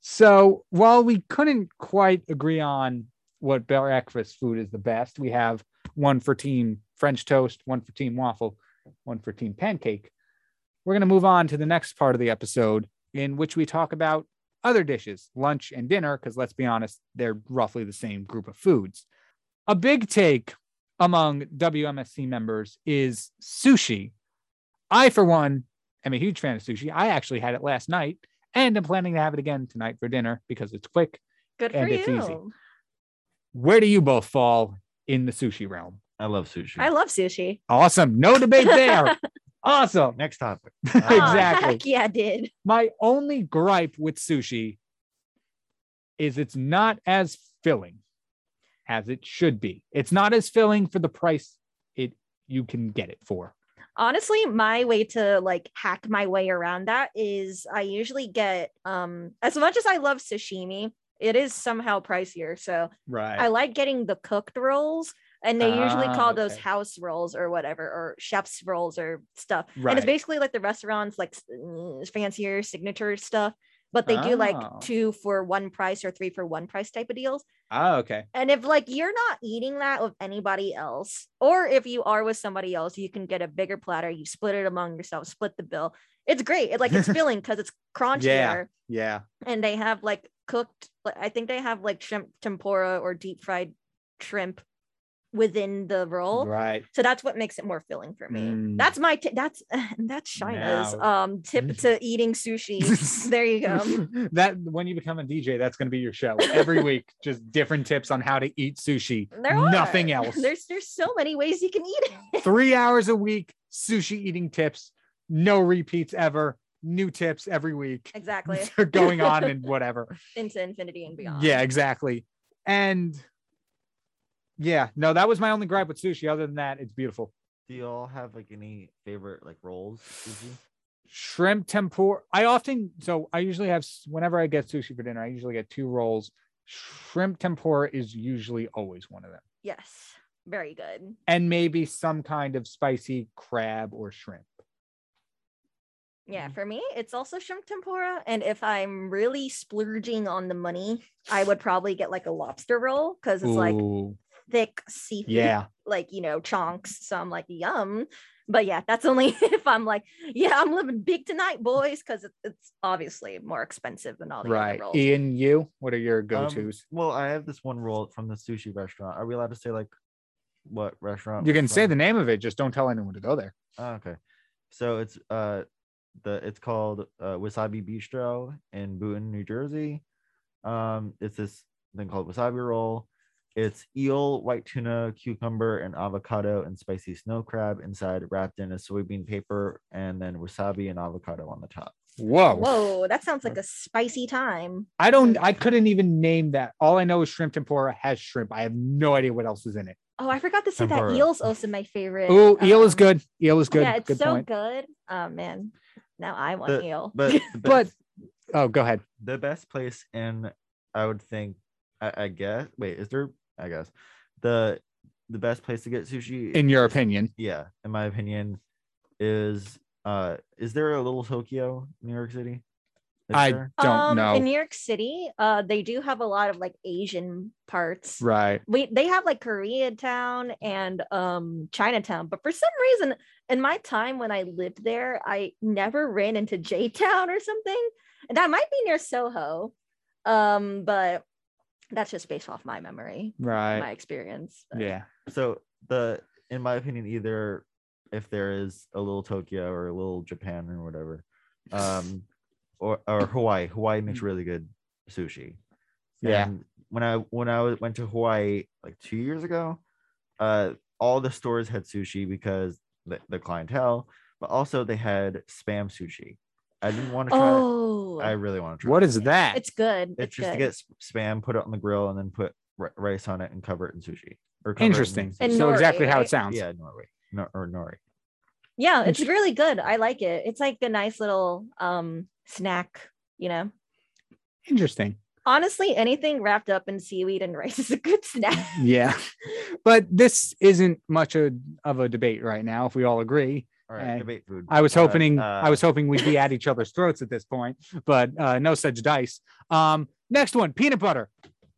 Speaker 1: So while we couldn't quite agree on what breakfast food is the best, we have one for team French toast, one for team waffle, one for team pancake. We're going to move on to the next part of the episode in which we talk about other dishes, lunch and dinner, because let's be honest, they're roughly the same group of foods. A big take among WMSC members is sushi. I, for one, am a huge fan of sushi. I actually had it last night and I'm planning to have it again tonight for dinner because it's quick.
Speaker 2: Good for
Speaker 1: and
Speaker 2: you.
Speaker 1: it's easy. Where do you both fall in the sushi realm?
Speaker 4: I love sushi.
Speaker 2: I love sushi.
Speaker 1: Awesome. No debate there. awesome.
Speaker 4: Next topic.
Speaker 2: Aw,
Speaker 1: Exactly.
Speaker 2: Ah, heck yeah, dude.
Speaker 1: My only gripe with sushi is it's not as filling as it should be. It's not as filling for the price it you can get it for.
Speaker 2: honestly my way to like hack my way around that is i usually get um as much as i love sashimi it is somehow pricier so
Speaker 1: Right.
Speaker 2: i like getting the cooked rolls and they usually
Speaker 1: Ah,
Speaker 2: call those
Speaker 1: okay.
Speaker 2: house rolls or whatever or chef's rolls or stuff and
Speaker 1: Right.
Speaker 2: it's basically like the restaurants like s- mm, fancier signature stuff but they do like
Speaker 1: Oh.
Speaker 2: two for one price or three for one price type of deals
Speaker 1: oh, okay.
Speaker 2: and if like you're not eating that with anybody else, or if you are with somebody else, you can get a bigger platter. You split it among yourself, split the bill. It's great. It like it's filling because it's crunchier,
Speaker 1: Yeah.
Speaker 2: and they have like cooked. like, I think they have like shrimp tempura or deep fried shrimp within the roll.
Speaker 1: Right.
Speaker 2: So that's what makes it more filling for me.
Speaker 1: Mm.
Speaker 2: That's my t- that's that's China's
Speaker 1: Now-
Speaker 2: um tip to eating sushi. there you go.
Speaker 1: that when you become a DJ, that's going to be your show every week. Just different tips on how to eat sushi.
Speaker 2: There are.
Speaker 1: Nothing else.
Speaker 2: There's there's so many ways you can eat it.
Speaker 1: Three hours a week, sushi eating tips. No repeats ever. New tips every week.
Speaker 2: Exactly.
Speaker 1: They're going on and whatever.
Speaker 2: into infinity and beyond.
Speaker 1: Yeah, exactly. And yeah, no, that was my only gripe with sushi. Other than that, it's beautiful.
Speaker 4: Do you all have like any favorite like rolls? Sushi? Um,
Speaker 1: Shrimp tempura. I often so I usually have s- whenever I get sushi for dinner, I usually get two rolls. Shrimp tempura is usually always one of them.
Speaker 2: Yes. Very good.
Speaker 1: and maybe some kind of spicy crab or shrimp.
Speaker 2: Yeah,
Speaker 1: Mm.
Speaker 2: for me, it's also shrimp tempura. And if I'm really splurging on the money, I would probably get like a lobster roll because it's like
Speaker 1: Ooh,
Speaker 2: thick seafood,
Speaker 1: yeah,
Speaker 2: like, you know, chunks. So I'm like, yum. But yeah, that's only if I'm like, yeah, I'm living big tonight, boys, because it's obviously more expensive than all the
Speaker 1: right. E,
Speaker 2: other rolls.
Speaker 1: Ian, you, what are your go
Speaker 4: Um,
Speaker 1: tos?
Speaker 4: Well, I have this one roll from the sushi restaurant. Are we allowed to say like what restaurant?
Speaker 1: you
Speaker 4: it's
Speaker 1: can say
Speaker 4: from?
Speaker 1: the name of it, just don't tell anyone to go there.
Speaker 4: Oh, okay. So it's uh the it's called uh, Wasabi Bistro in Boonton, New Jersey. Um, it's this thing called wasabi roll. It's eel, white tuna, cucumber, and avocado and spicy snow crab inside, wrapped in a soybean paper, and then wasabi and avocado on the top.
Speaker 1: Whoa.
Speaker 2: Whoa, that sounds like a spicy time.
Speaker 1: I don't, I couldn't even name that. All I know is shrimp tempura has shrimp. I have no idea what else is in it.
Speaker 2: Oh, I forgot to say
Speaker 4: Tempura.
Speaker 2: that eel's also my favorite.
Speaker 1: Oh, eel is
Speaker 2: um,
Speaker 1: good. Eel is good.
Speaker 2: Yeah, it's
Speaker 1: good
Speaker 2: so
Speaker 1: point.
Speaker 2: good. Oh man, now I want
Speaker 4: The-
Speaker 2: eel.
Speaker 4: But the
Speaker 1: But
Speaker 4: best-
Speaker 1: oh, go ahead.
Speaker 4: the best place in, I would think, I, I guess. Wait, is there? I guess the the best place to get sushi
Speaker 1: In your opinion,
Speaker 4: yeah, in my opinion, is uh is there a little Tokyo, in New York City? Is
Speaker 1: I-
Speaker 4: there?
Speaker 1: don't
Speaker 2: um,
Speaker 1: know.
Speaker 2: In New York City, uh, they do have a lot of like Asian parts.
Speaker 1: right?
Speaker 2: We they have like Koreatown and um Chinatown, but for some reason, in my time when I lived there, I never ran into J Town or something, and that might be near Soho, um, but that's just based off my memory,
Speaker 1: Right.
Speaker 2: my experience. but-
Speaker 1: Yeah.
Speaker 4: So the in my opinion, either if there is a little Tokyo or a little Japan or whatever,
Speaker 2: Mm-hmm.
Speaker 4: um, or or Hawaii. Hawaii makes really good sushi.
Speaker 1: Yeah.
Speaker 4: And when I when I was- went to Hawaii like two years ago, uh, all the stores had sushi because the, the clientele, but also they had spam sushi. I didn't want to try. it.
Speaker 2: Oh,
Speaker 4: I really want to try.
Speaker 1: What
Speaker 4: it.
Speaker 1: is that?
Speaker 2: it's good.
Speaker 4: It's just
Speaker 2: good.
Speaker 4: to get s- spam, put it on the grill, and then put ri- rice on it and cover it in sushi. Or cover it in
Speaker 1: Interesting.
Speaker 4: sushi.
Speaker 2: And
Speaker 1: so
Speaker 2: nori,
Speaker 1: exactly how it
Speaker 2: right?
Speaker 1: sounds.
Speaker 4: yeah, Norway no, or nori.
Speaker 2: yeah, it's
Speaker 1: Inter-
Speaker 2: really good. I like it. It's like a nice little um snack, you know.
Speaker 1: Interesting.
Speaker 2: Honestly, anything wrapped up in seaweed and rice is a good snack.
Speaker 1: Yeah. But this isn't much a, of a debate right now, if we all agree.
Speaker 4: All right,
Speaker 1: Uh,
Speaker 4: debate food.
Speaker 1: I was
Speaker 4: Uh,
Speaker 1: hoping I
Speaker 4: uh,
Speaker 1: was hoping we'd be at each other's throats at this point, but uh, no such dice. Um, next one, peanut butter.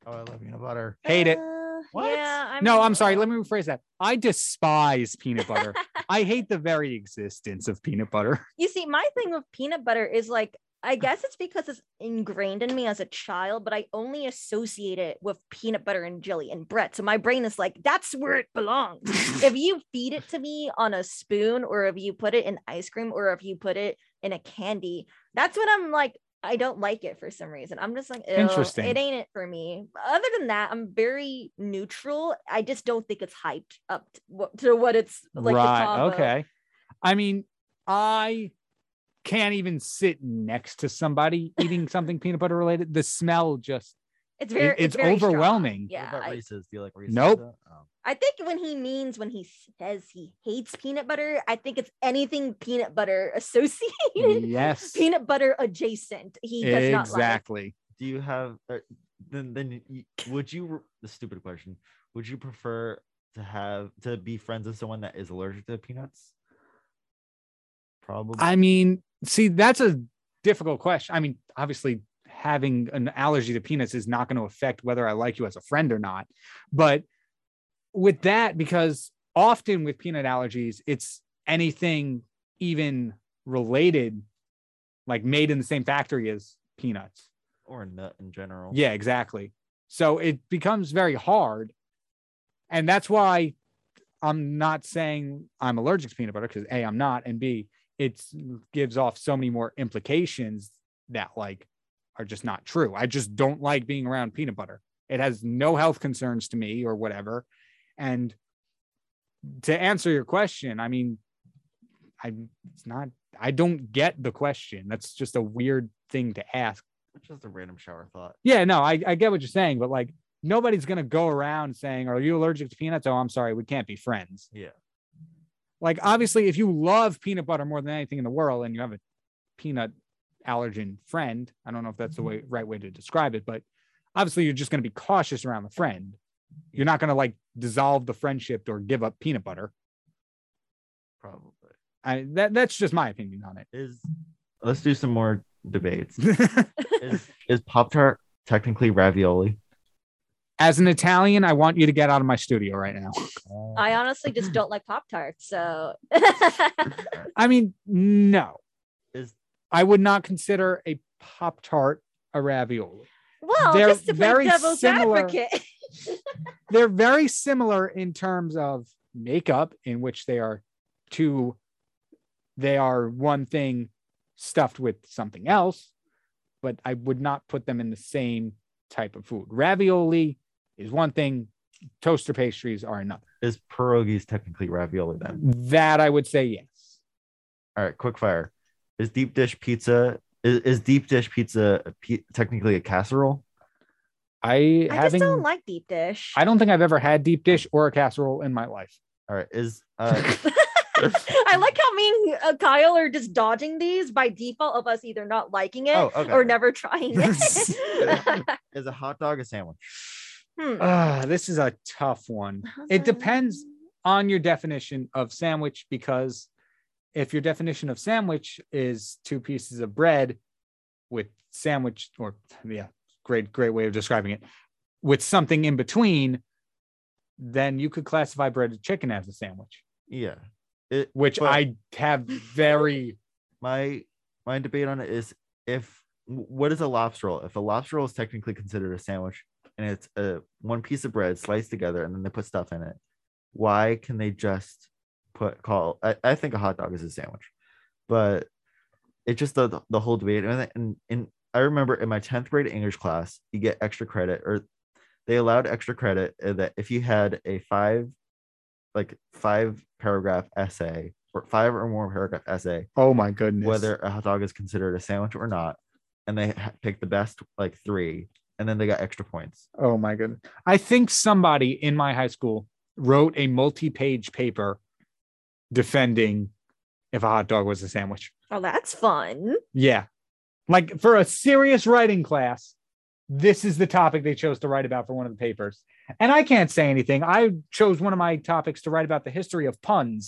Speaker 4: Oh, I love peanut butter.
Speaker 1: Hate it.
Speaker 2: Uh,
Speaker 4: What?
Speaker 2: Yeah, I'm
Speaker 1: No, I'm sorry. Let me rephrase that. I despise peanut butter. I hate the very existence of peanut butter.
Speaker 2: You see, my thing with peanut butter is like, I guess it's because it's ingrained in me as a child, but I only associate it with peanut butter and jelly and bread. So my brain is like, that's where it belongs. if you feed it to me on a spoon, or if you put it in ice cream, or if you put it in a candy, that's when I'm like, I don't like it for some reason. I'm just like, "Ew,
Speaker 1: Interesting.
Speaker 2: It ain't it for me. Other than that, I'm very neutral. I just don't think it's hyped up to what, to what it's like. the
Speaker 1: right.
Speaker 2: combo.
Speaker 1: Okay. I mean, I can't even sit next to somebody eating something peanut butter related. The smell just
Speaker 2: It's
Speaker 1: it-
Speaker 2: very,
Speaker 1: it's,
Speaker 2: very strong.
Speaker 1: overwhelming.
Speaker 2: Yeah,
Speaker 4: What about
Speaker 2: I,
Speaker 4: Reese's? Do you like Reese's?
Speaker 1: Nope.
Speaker 4: though? Oh.
Speaker 2: I think when he means when he says he hates peanut butter, I think it's anything peanut butter associated,
Speaker 1: Yes.
Speaker 2: peanut butter adjacent. He does not like.
Speaker 1: Mm. exactly.
Speaker 4: Do you have? Uh, then, then you, would you? re- The stupid question. Would you prefer to have to be friends with someone that is allergic to peanuts? Probably.
Speaker 1: I mean, see, that's a difficult question. I mean, obviously, having an allergy to peanuts is not going to affect whether I like you as a friend or not. But with that, because often with peanut allergies, it's anything even related, like made in the same factory as peanuts.
Speaker 4: or a nut in general.
Speaker 1: Yeah, exactly. So it becomes very hard. And that's why I'm not saying I'm allergic to peanut butter because A, I'm not, and B, it gives off so many more implications that like are just not true. I just don't like being around peanut butter. It has no health concerns to me or whatever. And to answer your question, I mean, I it's not I don't get the question. That's just a weird thing to ask.
Speaker 4: Just a random shower thought.
Speaker 1: Yeah, no, I, I get what you're saying, but like nobody's gonna go around saying, Are you allergic to peanuts? Oh, I'm sorry, we can't be friends.
Speaker 4: Yeah.
Speaker 1: Like obviously, if you love peanut butter more than anything in the world and you have a peanut allergen friend, I don't know if that's the way right way to describe it, but obviously you're just gonna be cautious around the friend. You're not gonna like dissolve the friendship or give up peanut butter.
Speaker 4: Probably
Speaker 1: I that that's just my opinion on it.
Speaker 4: is. Let's do some more debates.
Speaker 2: it.
Speaker 4: is is Pop Tart technically ravioli?
Speaker 1: As an Italian, I want you to get out of my studio right now.
Speaker 2: I honestly just don't like Pop Tarts. So
Speaker 1: I mean, no.
Speaker 4: Is-
Speaker 1: I would not consider a Pop Tart a ravioli.
Speaker 2: well,
Speaker 1: They're
Speaker 2: just to play
Speaker 1: very
Speaker 2: devil's
Speaker 1: similar.
Speaker 2: advocate.
Speaker 1: They're very similar in terms of makeup, in which they are two, they are one thing stuffed with something else, but I would not put them in the same type of food. Ravioli is one thing, toaster pastries are another.
Speaker 4: is pierogies technically ravioli then?
Speaker 1: That I would say yes.
Speaker 4: All right, quick fire. Is deep dish pizza is, is deep dish pizza a pe- technically a casserole?
Speaker 1: I,
Speaker 2: I just
Speaker 1: having
Speaker 2: don't like deep dish.
Speaker 1: I don't think I've ever had deep dish or a casserole in my life.
Speaker 4: All right, is uh,
Speaker 2: I like how me and uh, Kyle are just dodging these by default of us either not liking it
Speaker 4: oh okay.
Speaker 2: or never trying it.
Speaker 4: is a hot dog a sandwich?
Speaker 2: Hmm.
Speaker 1: Ah, this is a tough one. It depends on your definition of sandwich because if your definition of sandwich is two pieces of bread with sandwich or yeah, great great way of describing it with something in between, then you could classify breaded chicken as a sandwich,
Speaker 4: Yeah. It,
Speaker 1: which
Speaker 4: But-
Speaker 1: I have very
Speaker 4: my my debate on it is if what is a lobster roll? If a lobster roll is technically considered a sandwich and it's a one piece of bread sliced together and then they put stuff in it, why can they just put call? I, I think a hot dog is a sandwich, but it just the the whole debate and and, and I remember in my tenth grade English class, you get extra credit or They allowed extra credit uh, that if you had a five, like five paragraph essay or five or more paragraph essay
Speaker 1: Oh my goodness.
Speaker 4: whether a hot dog is considered a sandwich or not, and they ha- picked the best like three, and then they got extra points.
Speaker 1: Oh my goodness. I think somebody in my high school wrote a multi-page paper defending if a hot dog was a sandwich.
Speaker 2: Oh, that's fun.
Speaker 1: Yeah. Like for a serious writing class, this is the topic they chose to write about for one of the papers. And I can't say anything. I chose one of my topics to write about the history of puns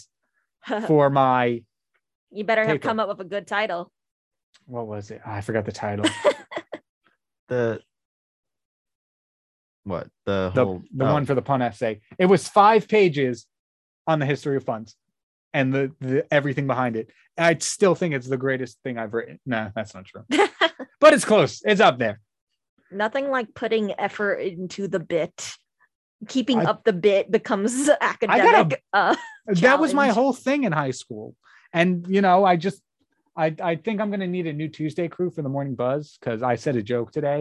Speaker 2: Uh-huh.
Speaker 1: for my
Speaker 2: you better have
Speaker 1: Paper.
Speaker 2: come up with a good title.
Speaker 1: what was it? I forgot the title.
Speaker 4: The what the
Speaker 1: the,
Speaker 4: whole
Speaker 1: the
Speaker 4: oh,
Speaker 1: one for the pun essay. It was five pages on the history of puns and the, the everything behind it. I still think it's the greatest thing I've written. No, that's not true. But it's close. It's up there.
Speaker 2: Nothing like putting effort into the bit. Keeping
Speaker 1: I-
Speaker 2: up the bit becomes
Speaker 1: gotta-
Speaker 2: academic. uh,
Speaker 1: That was my
Speaker 2: Challenge.
Speaker 1: whole thing in high school. And you know, I just I I think I'm gonna need a new Tuesday crew for the morning buzz because I said a joke today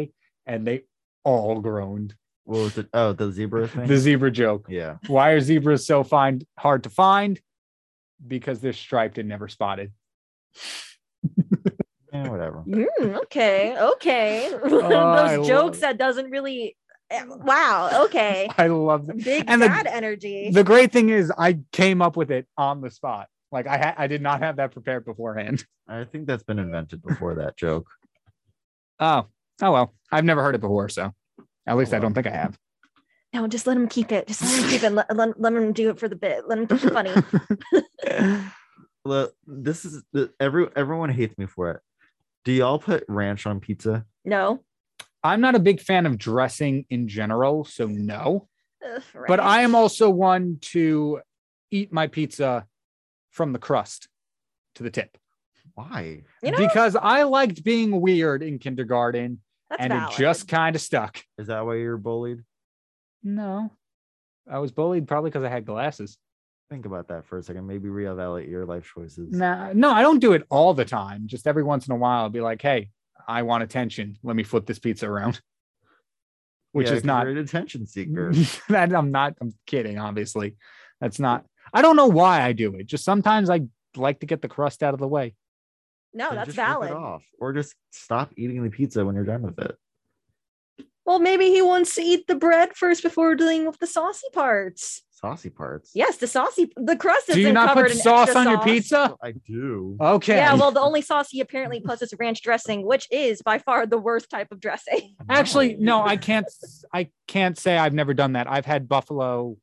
Speaker 1: and they all groaned.
Speaker 4: what was it? Oh, the zebra thing.
Speaker 1: The zebra joke.
Speaker 4: yeah,
Speaker 1: Why are zebras so find hard to find? Because they're striped and never spotted.
Speaker 4: yeah, whatever.
Speaker 2: Mm, okay, okay. One of
Speaker 1: Oh, I
Speaker 2: those
Speaker 1: love-
Speaker 2: jokes that doesn't really. eh, Wow. Okay.
Speaker 1: I love that.
Speaker 2: Big
Speaker 1: And the-
Speaker 2: dad energy.
Speaker 1: the great thing is I came up with it on the spot. Like I ha- I did not have that prepared beforehand.
Speaker 4: I think that's been invented before that joke.
Speaker 1: Oh, oh well. I've never heard it before, so at least I don't think I have.
Speaker 2: no, just let him keep it. Just let him keep it. Let, let, let him do it for the bit. Let him keep it funny.
Speaker 4: Well, this is the, every everyone hates me for it. Do y'all put ranch on pizza?
Speaker 2: No.
Speaker 1: I'm not a big fan of dressing in general, so no.
Speaker 2: Ugh,
Speaker 1: But I
Speaker 2: ranch.
Speaker 1: am also one to eat my pizza from the crust to the tip
Speaker 4: Why?
Speaker 2: You know,
Speaker 1: because I liked being weird in kindergarten
Speaker 2: that's
Speaker 1: and
Speaker 2: valid.
Speaker 1: it just kind of stuck.
Speaker 4: Is that why you're bullied?
Speaker 1: No. I was bullied probably because I had glasses.
Speaker 4: Think about that for a second. Maybe reevaluate your life choices.
Speaker 1: Nah, no, I don't do it all the time. Just every once in a while, I'll be like, hey, I want attention. Let me flip this pizza around. Which
Speaker 4: Yeah,
Speaker 1: is
Speaker 4: 'cause
Speaker 1: not
Speaker 4: you're an attention seeker.
Speaker 1: that I'm not, I'm kidding, obviously. That's not, I don't know why I do it. Just sometimes I like to get the crust out of the way.
Speaker 2: no,
Speaker 4: then
Speaker 2: Oh, that's
Speaker 4: just rip it
Speaker 2: valid.
Speaker 4: off, or just stop eating the pizza when you're done with it.
Speaker 2: Well, maybe he wants to eat the bread first before dealing with the saucy parts.
Speaker 4: Saucy parts.
Speaker 2: Yes, the saucy, the crust is
Speaker 1: do you not
Speaker 2: covered
Speaker 1: put
Speaker 2: in
Speaker 1: sauce
Speaker 2: extra
Speaker 1: on your pizza?
Speaker 4: I do.
Speaker 1: Okay.
Speaker 2: Yeah, well, the only sauce he apparently puts is ranch dressing, which is by far the worst type of dressing.
Speaker 4: Oh,
Speaker 1: Actually, no, I can't, I can't say I've never done that. I've had buffalo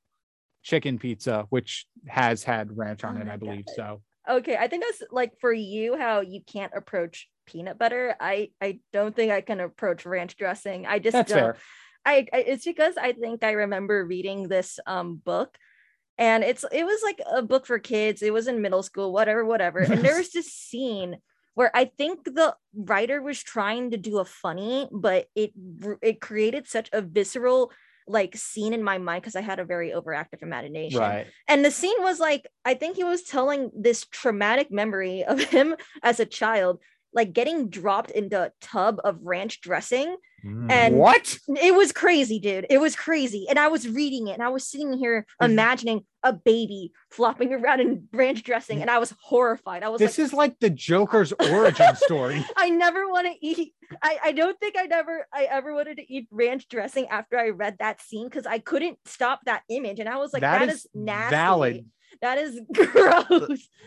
Speaker 1: chicken pizza, which has had ranch on
Speaker 2: Oh
Speaker 1: it,
Speaker 2: my
Speaker 1: I believe.
Speaker 2: God.
Speaker 1: So
Speaker 2: Okay, I think that's like for you how you can't approach peanut butter. I I don't think I can approach ranch dressing. I just
Speaker 1: that's
Speaker 2: don't.
Speaker 1: fair.
Speaker 2: I, I it's because I think I remember reading this um book and it's it was like a book for kids. It was in middle school, whatever, whatever. And there was this scene where I think the writer was trying to do a funny, but it it created such a visceral like scene in my mind because I had a very overactive imagination.
Speaker 1: Right.
Speaker 2: And the scene was like, I think he was telling this traumatic memory of him as a child, like getting dropped into a tub of ranch dressing
Speaker 4: Mm.
Speaker 2: And-
Speaker 1: what?
Speaker 2: it was crazy, dude. It was crazy. And I was reading it and I was sitting here imagining a baby flopping around in ranch dressing. And I was horrified. I was
Speaker 1: This
Speaker 2: like,
Speaker 1: is like the Joker's origin story.
Speaker 2: I never want to eat. I, I don't think I'd ever, I ever wanted to eat ranch dressing after I read that scene because I couldn't stop that image. And I was like, that is, nasty.
Speaker 1: valid.
Speaker 2: That is gross.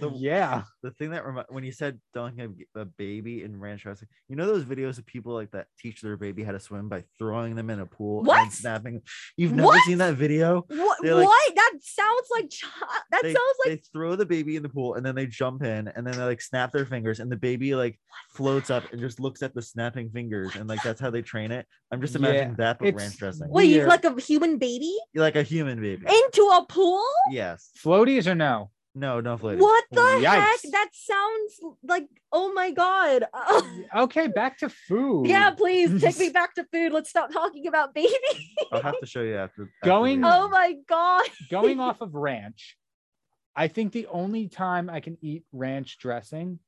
Speaker 4: the,
Speaker 1: Yeah.
Speaker 4: the thing that remi- when you said don't have a baby in ranch dressing, you know those videos of people like that teach their baby how to swim by throwing them in a pool
Speaker 2: What?
Speaker 4: and snapping. You've never
Speaker 2: What?
Speaker 4: seen that video.
Speaker 2: What?
Speaker 4: They're like-
Speaker 2: what? That sounds like, chi- that
Speaker 4: they,
Speaker 2: sounds like
Speaker 4: they throw the baby in the pool and then they jump in and then they like snap their fingers and the baby like floats up and just looks at the snapping fingers and like that's how they train it. I'm just
Speaker 1: Yeah,
Speaker 4: imagining that but
Speaker 1: it's-
Speaker 4: ranch dressing.
Speaker 2: wait,
Speaker 1: weird.
Speaker 2: like a human baby
Speaker 4: Like a human baby.
Speaker 2: into a pool?
Speaker 4: Yes.
Speaker 1: Floaties or no?
Speaker 4: No, no floating.
Speaker 2: What the heck?
Speaker 1: Yikes.
Speaker 2: That sounds like oh my god.
Speaker 1: Okay, back to food.
Speaker 2: yeah, please take me back to food. Let's stop talking about baby.
Speaker 4: I'll have to show you after. after
Speaker 1: Going-
Speaker 4: we-
Speaker 2: oh my god.
Speaker 1: Going off of ranch, I think the only time I can eat ranch dressing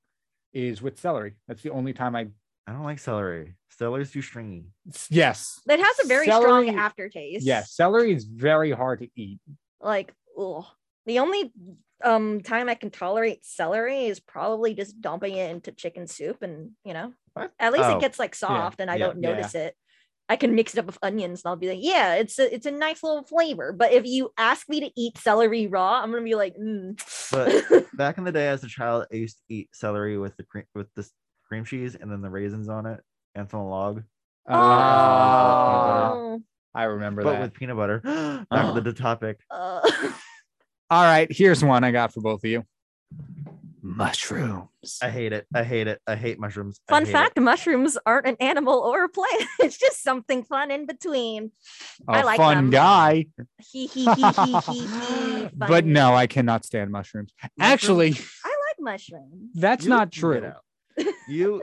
Speaker 1: is with celery. That's the only time I
Speaker 4: I don't like celery. Celery's too stringy.
Speaker 1: Yes.
Speaker 2: It has a very
Speaker 1: Celery-
Speaker 2: strong aftertaste.
Speaker 1: Yes. Celery is very hard to eat.
Speaker 2: Like, ugh. the only um time I can tolerate celery is probably just dumping it into chicken soup, and you know,
Speaker 4: What?
Speaker 2: at least
Speaker 4: Oh,
Speaker 2: it gets like soft, and I
Speaker 1: yeah,
Speaker 2: don't
Speaker 1: yeah.
Speaker 2: notice it. I can mix it up with onions, and I'll be like, yeah, it's a, it's a nice little flavor. But if you ask me to eat celery raw, I'm gonna be like, mm.
Speaker 4: But- Back in the day, as a child, I used to eat celery with the cream with this cream cheese and then the raisins on it and some log,
Speaker 1: Ah,
Speaker 2: Oh,
Speaker 1: Uh, I remember
Speaker 4: but
Speaker 1: that.
Speaker 4: with peanut butter. Back to the topic.
Speaker 2: uh,
Speaker 1: All right, here's one I got for both of you. Mushrooms.
Speaker 4: I hate it. I hate it. I hate mushrooms. I
Speaker 2: Fun
Speaker 4: hate it.
Speaker 2: fact mushrooms aren't an animal or a plant. It's just something fun in between. I
Speaker 1: A
Speaker 2: like
Speaker 1: fun
Speaker 2: them.
Speaker 1: guy.
Speaker 2: Hee hee hee hee hee. hee.
Speaker 1: but
Speaker 2: Fun.
Speaker 1: no, I cannot stand mushrooms. Actually,
Speaker 2: I like mushrooms.
Speaker 1: that's
Speaker 4: You
Speaker 1: not
Speaker 4: get
Speaker 1: true.
Speaker 4: out. you,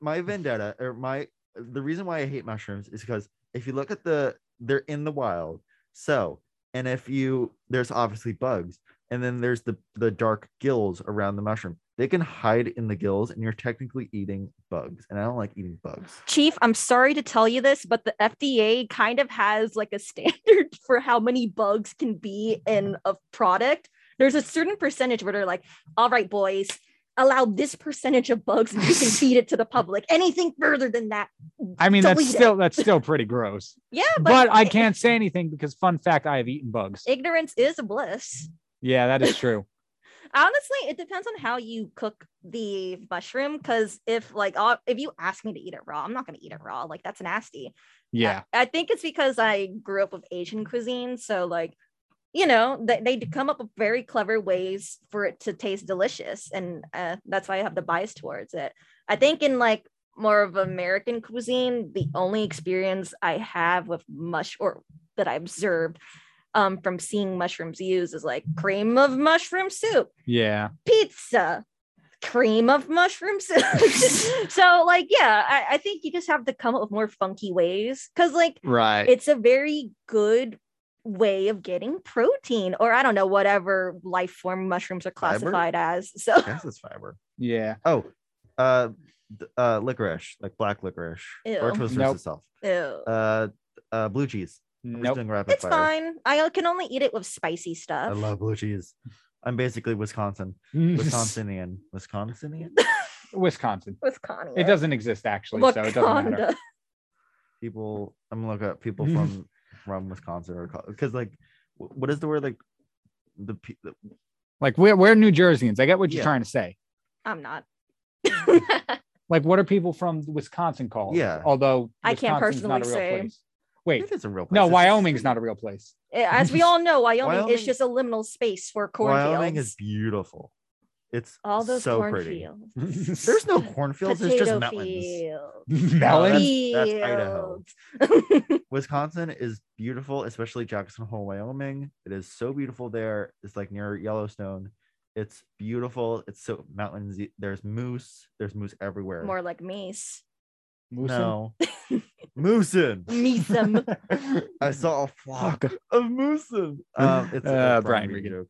Speaker 4: my vendetta, or my the reason why I hate mushrooms is because if you look at the, they're in the wild. So, and if you, there's obviously bugs, and then there's the the dark gills around the mushroom. They can hide in the gills, and you're technically eating bugs. And I don't like eating bugs.
Speaker 2: Chief, I'm sorry to tell you this, but the FDA kind of has like a standard for how many bugs can be in a product. There's a certain percentage where they're like, all right, boys, allow this percentage of bugs and you can feed it to the public. Anything further than that.
Speaker 1: I mean, that's
Speaker 2: Delete it.
Speaker 1: still that's still pretty gross.
Speaker 2: Yeah,
Speaker 1: But I
Speaker 2: it-
Speaker 1: can't say anything because fun fact, I have eaten bugs.
Speaker 2: Ignorance is bliss.
Speaker 1: Yeah, that is true.
Speaker 2: honestly it depends on how you cook the mushroom because if like i if you ask me to eat it raw i'm not going to eat it raw like that's nasty I-
Speaker 1: Yeah.
Speaker 2: I, think it's because i grew up with asian cuisine so like you know they, they come up with very clever ways for it to taste delicious and uh, that's why i have the bias towards it i think in like more of american cuisine the only experience i have with mush or that i observed um, from seeing mushrooms used is like cream of mushroom soup
Speaker 1: Yeah.
Speaker 2: pizza cream of mushroom soup so like yeah I, I think you just have to come up with more funky ways because like
Speaker 1: Right.
Speaker 2: it's a very good way of getting protein or i don't know whatever life form mushrooms are
Speaker 4: Fiber?
Speaker 2: classified as so
Speaker 4: Yes, it's fiber.
Speaker 1: yeah.
Speaker 4: Oh, uh, th- uh, licorice, like black licorice, or
Speaker 2: Ew.
Speaker 4: Twister's
Speaker 1: Nope.
Speaker 4: itself.
Speaker 2: ew.
Speaker 4: Uh, uh, blue cheese. We're just
Speaker 1: Nope.
Speaker 4: doing rapid
Speaker 2: it's
Speaker 4: fire.
Speaker 2: fine i can only eat it with spicy
Speaker 4: I
Speaker 2: stuff
Speaker 4: love blue cheese. I'm basically Wisconsin, Wisconsinian, Wisconsinian.
Speaker 1: Wisconsin.
Speaker 2: with connie
Speaker 1: It doesn't exist actually, so it doesn't matter.
Speaker 4: people i'm gonna look up people from from wisconsin or because like wh- what is the word like the, pe- the
Speaker 1: Like we're we're New Jerseyans. I get what you're
Speaker 4: Yeah.
Speaker 1: trying to say.
Speaker 2: i'm not
Speaker 1: Like what are people from Wisconsin called?
Speaker 4: Yeah.
Speaker 1: Although
Speaker 2: I can't
Speaker 1: Wisconsin's not
Speaker 2: personally
Speaker 1: a real
Speaker 2: say.
Speaker 1: place.
Speaker 4: i
Speaker 1: Wait.
Speaker 4: think it's a real place.
Speaker 1: No,
Speaker 4: It's just-
Speaker 1: Wyoming's not a real place.
Speaker 2: Eh, as we all know wyoming,
Speaker 4: Wyoming-
Speaker 2: is just a liminal space for cornfields
Speaker 4: wyoming is beautiful it's
Speaker 2: all those
Speaker 4: so pretty
Speaker 2: cornfields
Speaker 1: There's
Speaker 4: there's no cornfields there's just mountains
Speaker 2: fields.
Speaker 1: melon.
Speaker 4: that's Idaho.
Speaker 2: Fields.
Speaker 4: wisconsin is beautiful especially jackson hole wyoming it is so beautiful there it's like near yellowstone it's beautiful it's so mountains there's moose there's moose everywhere
Speaker 2: More like mace.
Speaker 4: no moosin
Speaker 2: Meesum.
Speaker 4: I saw a flock of moosin. Um, it's
Speaker 1: Uh, Brian
Speaker 4: a Brian Regan
Speaker 1: Regan.
Speaker 4: joke.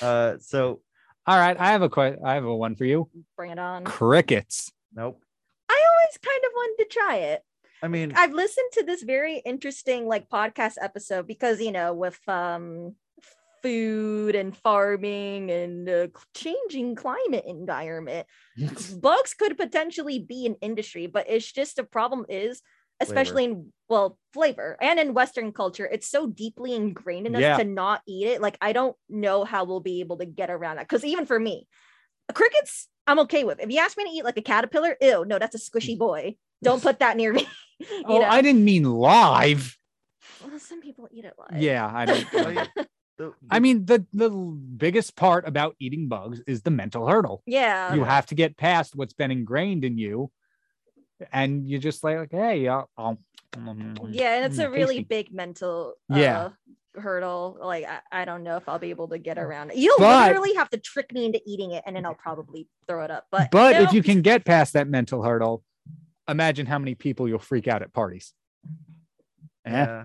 Speaker 4: Uh, so
Speaker 1: All right, I have a que- I have a one for you.
Speaker 2: Bring it on.
Speaker 1: Crickets.
Speaker 4: nope.
Speaker 2: I always kind of wanted to try it.
Speaker 4: I mean,
Speaker 2: I've listened to this very interesting like podcast episode because you know with um food and farming and uh, changing climate environment bugs could potentially be an industry but it's just the problem is especially in well flavor and in western culture it's so deeply ingrained in us
Speaker 1: Yeah.
Speaker 2: to not eat it like i don't know how we'll be able to get around that because even for me crickets i'm okay with if you ask me to eat like a caterpillar ew no that's a squishy boy don't put that near me you
Speaker 1: Oh,
Speaker 2: know?
Speaker 1: I didn't mean live.
Speaker 2: Well, some people eat it live.
Speaker 1: Yeah, I don't.
Speaker 4: Oh, yeah. the-
Speaker 1: I mean, the the biggest part about eating bugs is the mental hurdle.
Speaker 2: Yeah.
Speaker 1: You have to get past what's been ingrained in you, and you just like, like hey, I'll, I'll
Speaker 2: yeah. And it's a
Speaker 1: Mm,
Speaker 2: really
Speaker 1: tasty.
Speaker 2: big mental
Speaker 1: Yeah. Oh.
Speaker 2: uh, hurdle. Like, I, I don't know if I'll be able to get around it. You'll
Speaker 1: But-
Speaker 2: literally have to trick me into eating it and then I'll probably throw it up. But,
Speaker 1: But if
Speaker 2: no,
Speaker 1: you can get past that mental hurdle, imagine how many people you'll freak out at parties. Eh?
Speaker 4: yeah.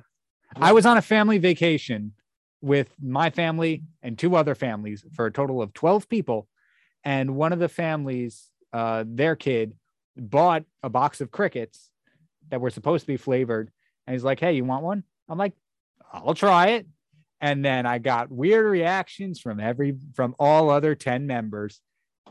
Speaker 1: I was on a family vacation with my family and two other families for a total of 12 people. And one of the families, uh, their kid bought a box of crickets that were supposed to be flavored. And he's like, Hey, you want one? I'm like, I'll try it. And then I got weird reactions from every from all other 10 members.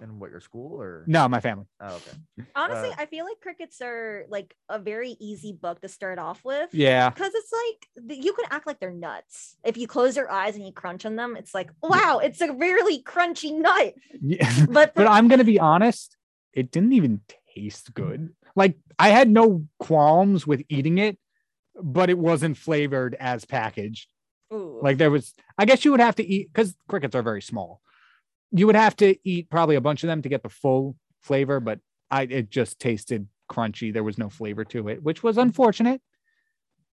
Speaker 4: And what your school or
Speaker 1: No, my family.
Speaker 4: Oh, okay.
Speaker 2: Honestly,
Speaker 4: Uh,
Speaker 2: I feel like crickets are like a very easy bug to start off with.
Speaker 1: Yeah.
Speaker 2: Because it's like th- you can act like they're nuts. If you close your eyes and you crunch on them, it's like, wow, it's a really crunchy nut.
Speaker 1: Yeah.
Speaker 2: But,
Speaker 1: but I'm gonna be honest, it didn't even taste good. Like I had no qualms with eating it, but it wasn't flavored as packaged.
Speaker 2: Ooh.
Speaker 1: Like there was, I guess you would have to eat because crickets are very small. You would have to eat probably a bunch of them to get the full flavor, but I it just tasted crunchy. There was no flavor to it, which was unfortunate.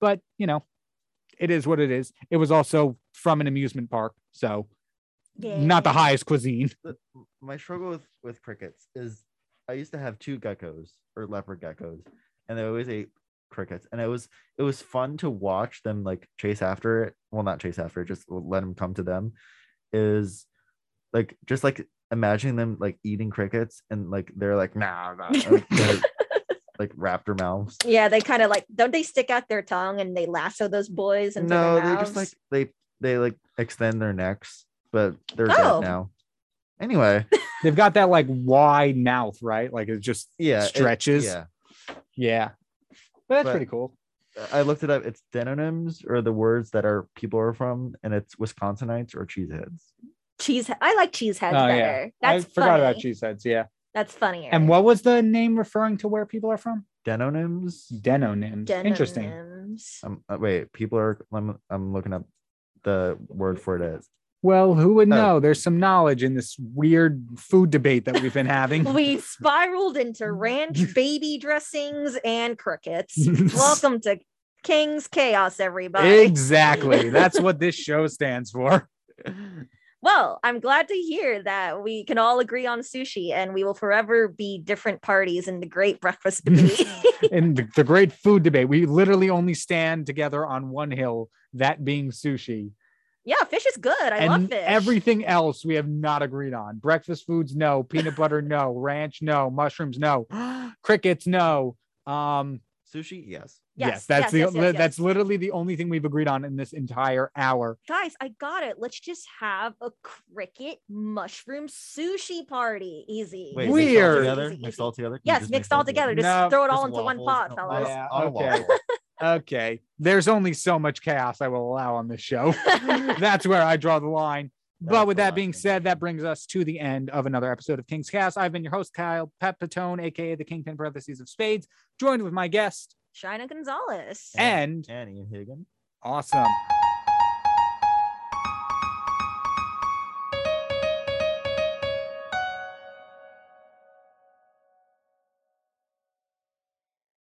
Speaker 1: But you know, it is what it is. It was also from an amusement park, so not the
Speaker 2: Yeah.
Speaker 1: highest cuisine.
Speaker 4: my struggle with with crickets is I used to have two geckos or leopard geckos, and they always ate crickets, and it was it was fun to watch them like chase after it. Well, not chase after it, just let them come to them. Is like just like imagining them like eating crickets, and like they're like nah, nah like, they're, like wrap their mouths.
Speaker 2: Yeah, they kind of like don't they stick out their tongue and they lasso those boys into
Speaker 4: No,
Speaker 2: their
Speaker 4: they
Speaker 2: mouths?
Speaker 4: just like they they like extend their necks, but they're
Speaker 2: Oh.
Speaker 4: dead now. Anyway,
Speaker 1: They've got that like wide mouth, right? Like it just
Speaker 4: yeah, it-
Speaker 1: Stretches.
Speaker 4: yeah.
Speaker 1: yeah. But that's
Speaker 4: But-
Speaker 1: pretty cool.
Speaker 4: I looked it up. It's denonyms or the words that our people are from, and it's Wisconsinites or cheeseheads.
Speaker 2: cheese. I like cheese heads
Speaker 1: Oh, yeah.
Speaker 2: better.
Speaker 1: I
Speaker 2: That's
Speaker 1: forgot
Speaker 2: funny.
Speaker 1: about cheeseheads. Yeah.
Speaker 2: That's funnier.
Speaker 1: And what was the name referring to where people are from?
Speaker 4: Denonyms.
Speaker 1: Denonyms. Interesting.
Speaker 2: Denonyms.
Speaker 4: Um, uh, wait, people are. I'm, I'm looking up the word for it is.
Speaker 1: Well, who would
Speaker 4: Oh.
Speaker 1: know? There's some knowledge in this weird food debate that we've been having.
Speaker 2: We spiraled into ranch baby dressings and crickets. Welcome to King's Chaos, everybody.
Speaker 1: exactly. That's what this show stands for.
Speaker 2: Well, I'm glad to hear that we can all agree on sushi and we will forever be different parties in the great breakfast debate.
Speaker 1: In the, the great food debate, we literally only stand together on one hill, that being sushi.
Speaker 2: yeah, fish is good. I love
Speaker 1: and
Speaker 2: fish.
Speaker 1: everything else we have not agreed on. Breakfast foods, no. Peanut butter, no. Ranch, no. Mushrooms, no. Crickets, no. Um,
Speaker 4: Sushi, yes.
Speaker 1: yes,
Speaker 2: Yes, yes,
Speaker 1: that's the
Speaker 2: yes, yes, yes.
Speaker 1: that's literally the only thing we've agreed on in this entire hour.
Speaker 2: guys, I got it. Let's just have a cricket mushroom sushi party. Easy.
Speaker 4: Wait,
Speaker 2: Easy,
Speaker 1: mixed
Speaker 4: mixed
Speaker 1: all Weird.
Speaker 4: all
Speaker 1: together?
Speaker 4: together.
Speaker 2: easy,
Speaker 4: Mixed
Speaker 2: easy.
Speaker 4: all together.
Speaker 2: Yes, mixed, all together. Just
Speaker 1: No,
Speaker 2: throw it all into one pot, fellas.
Speaker 1: Oh, Yeah,
Speaker 4: on a
Speaker 1: okay.
Speaker 4: waffle.
Speaker 1: Okay, there's only so much chaos I will allow on this show. that's where I draw the line. but
Speaker 4: That's
Speaker 1: with
Speaker 4: the
Speaker 1: that
Speaker 4: line.
Speaker 1: being said, that brings us to the end of another episode of King's Cast. I've been your host, Kyle Pepitone, aka the Kingpin Parentheses of Spades, joined with my guest
Speaker 2: Shina Gonzalez.
Speaker 4: Yeah.
Speaker 1: and
Speaker 4: And Ian Higgin.
Speaker 1: awesome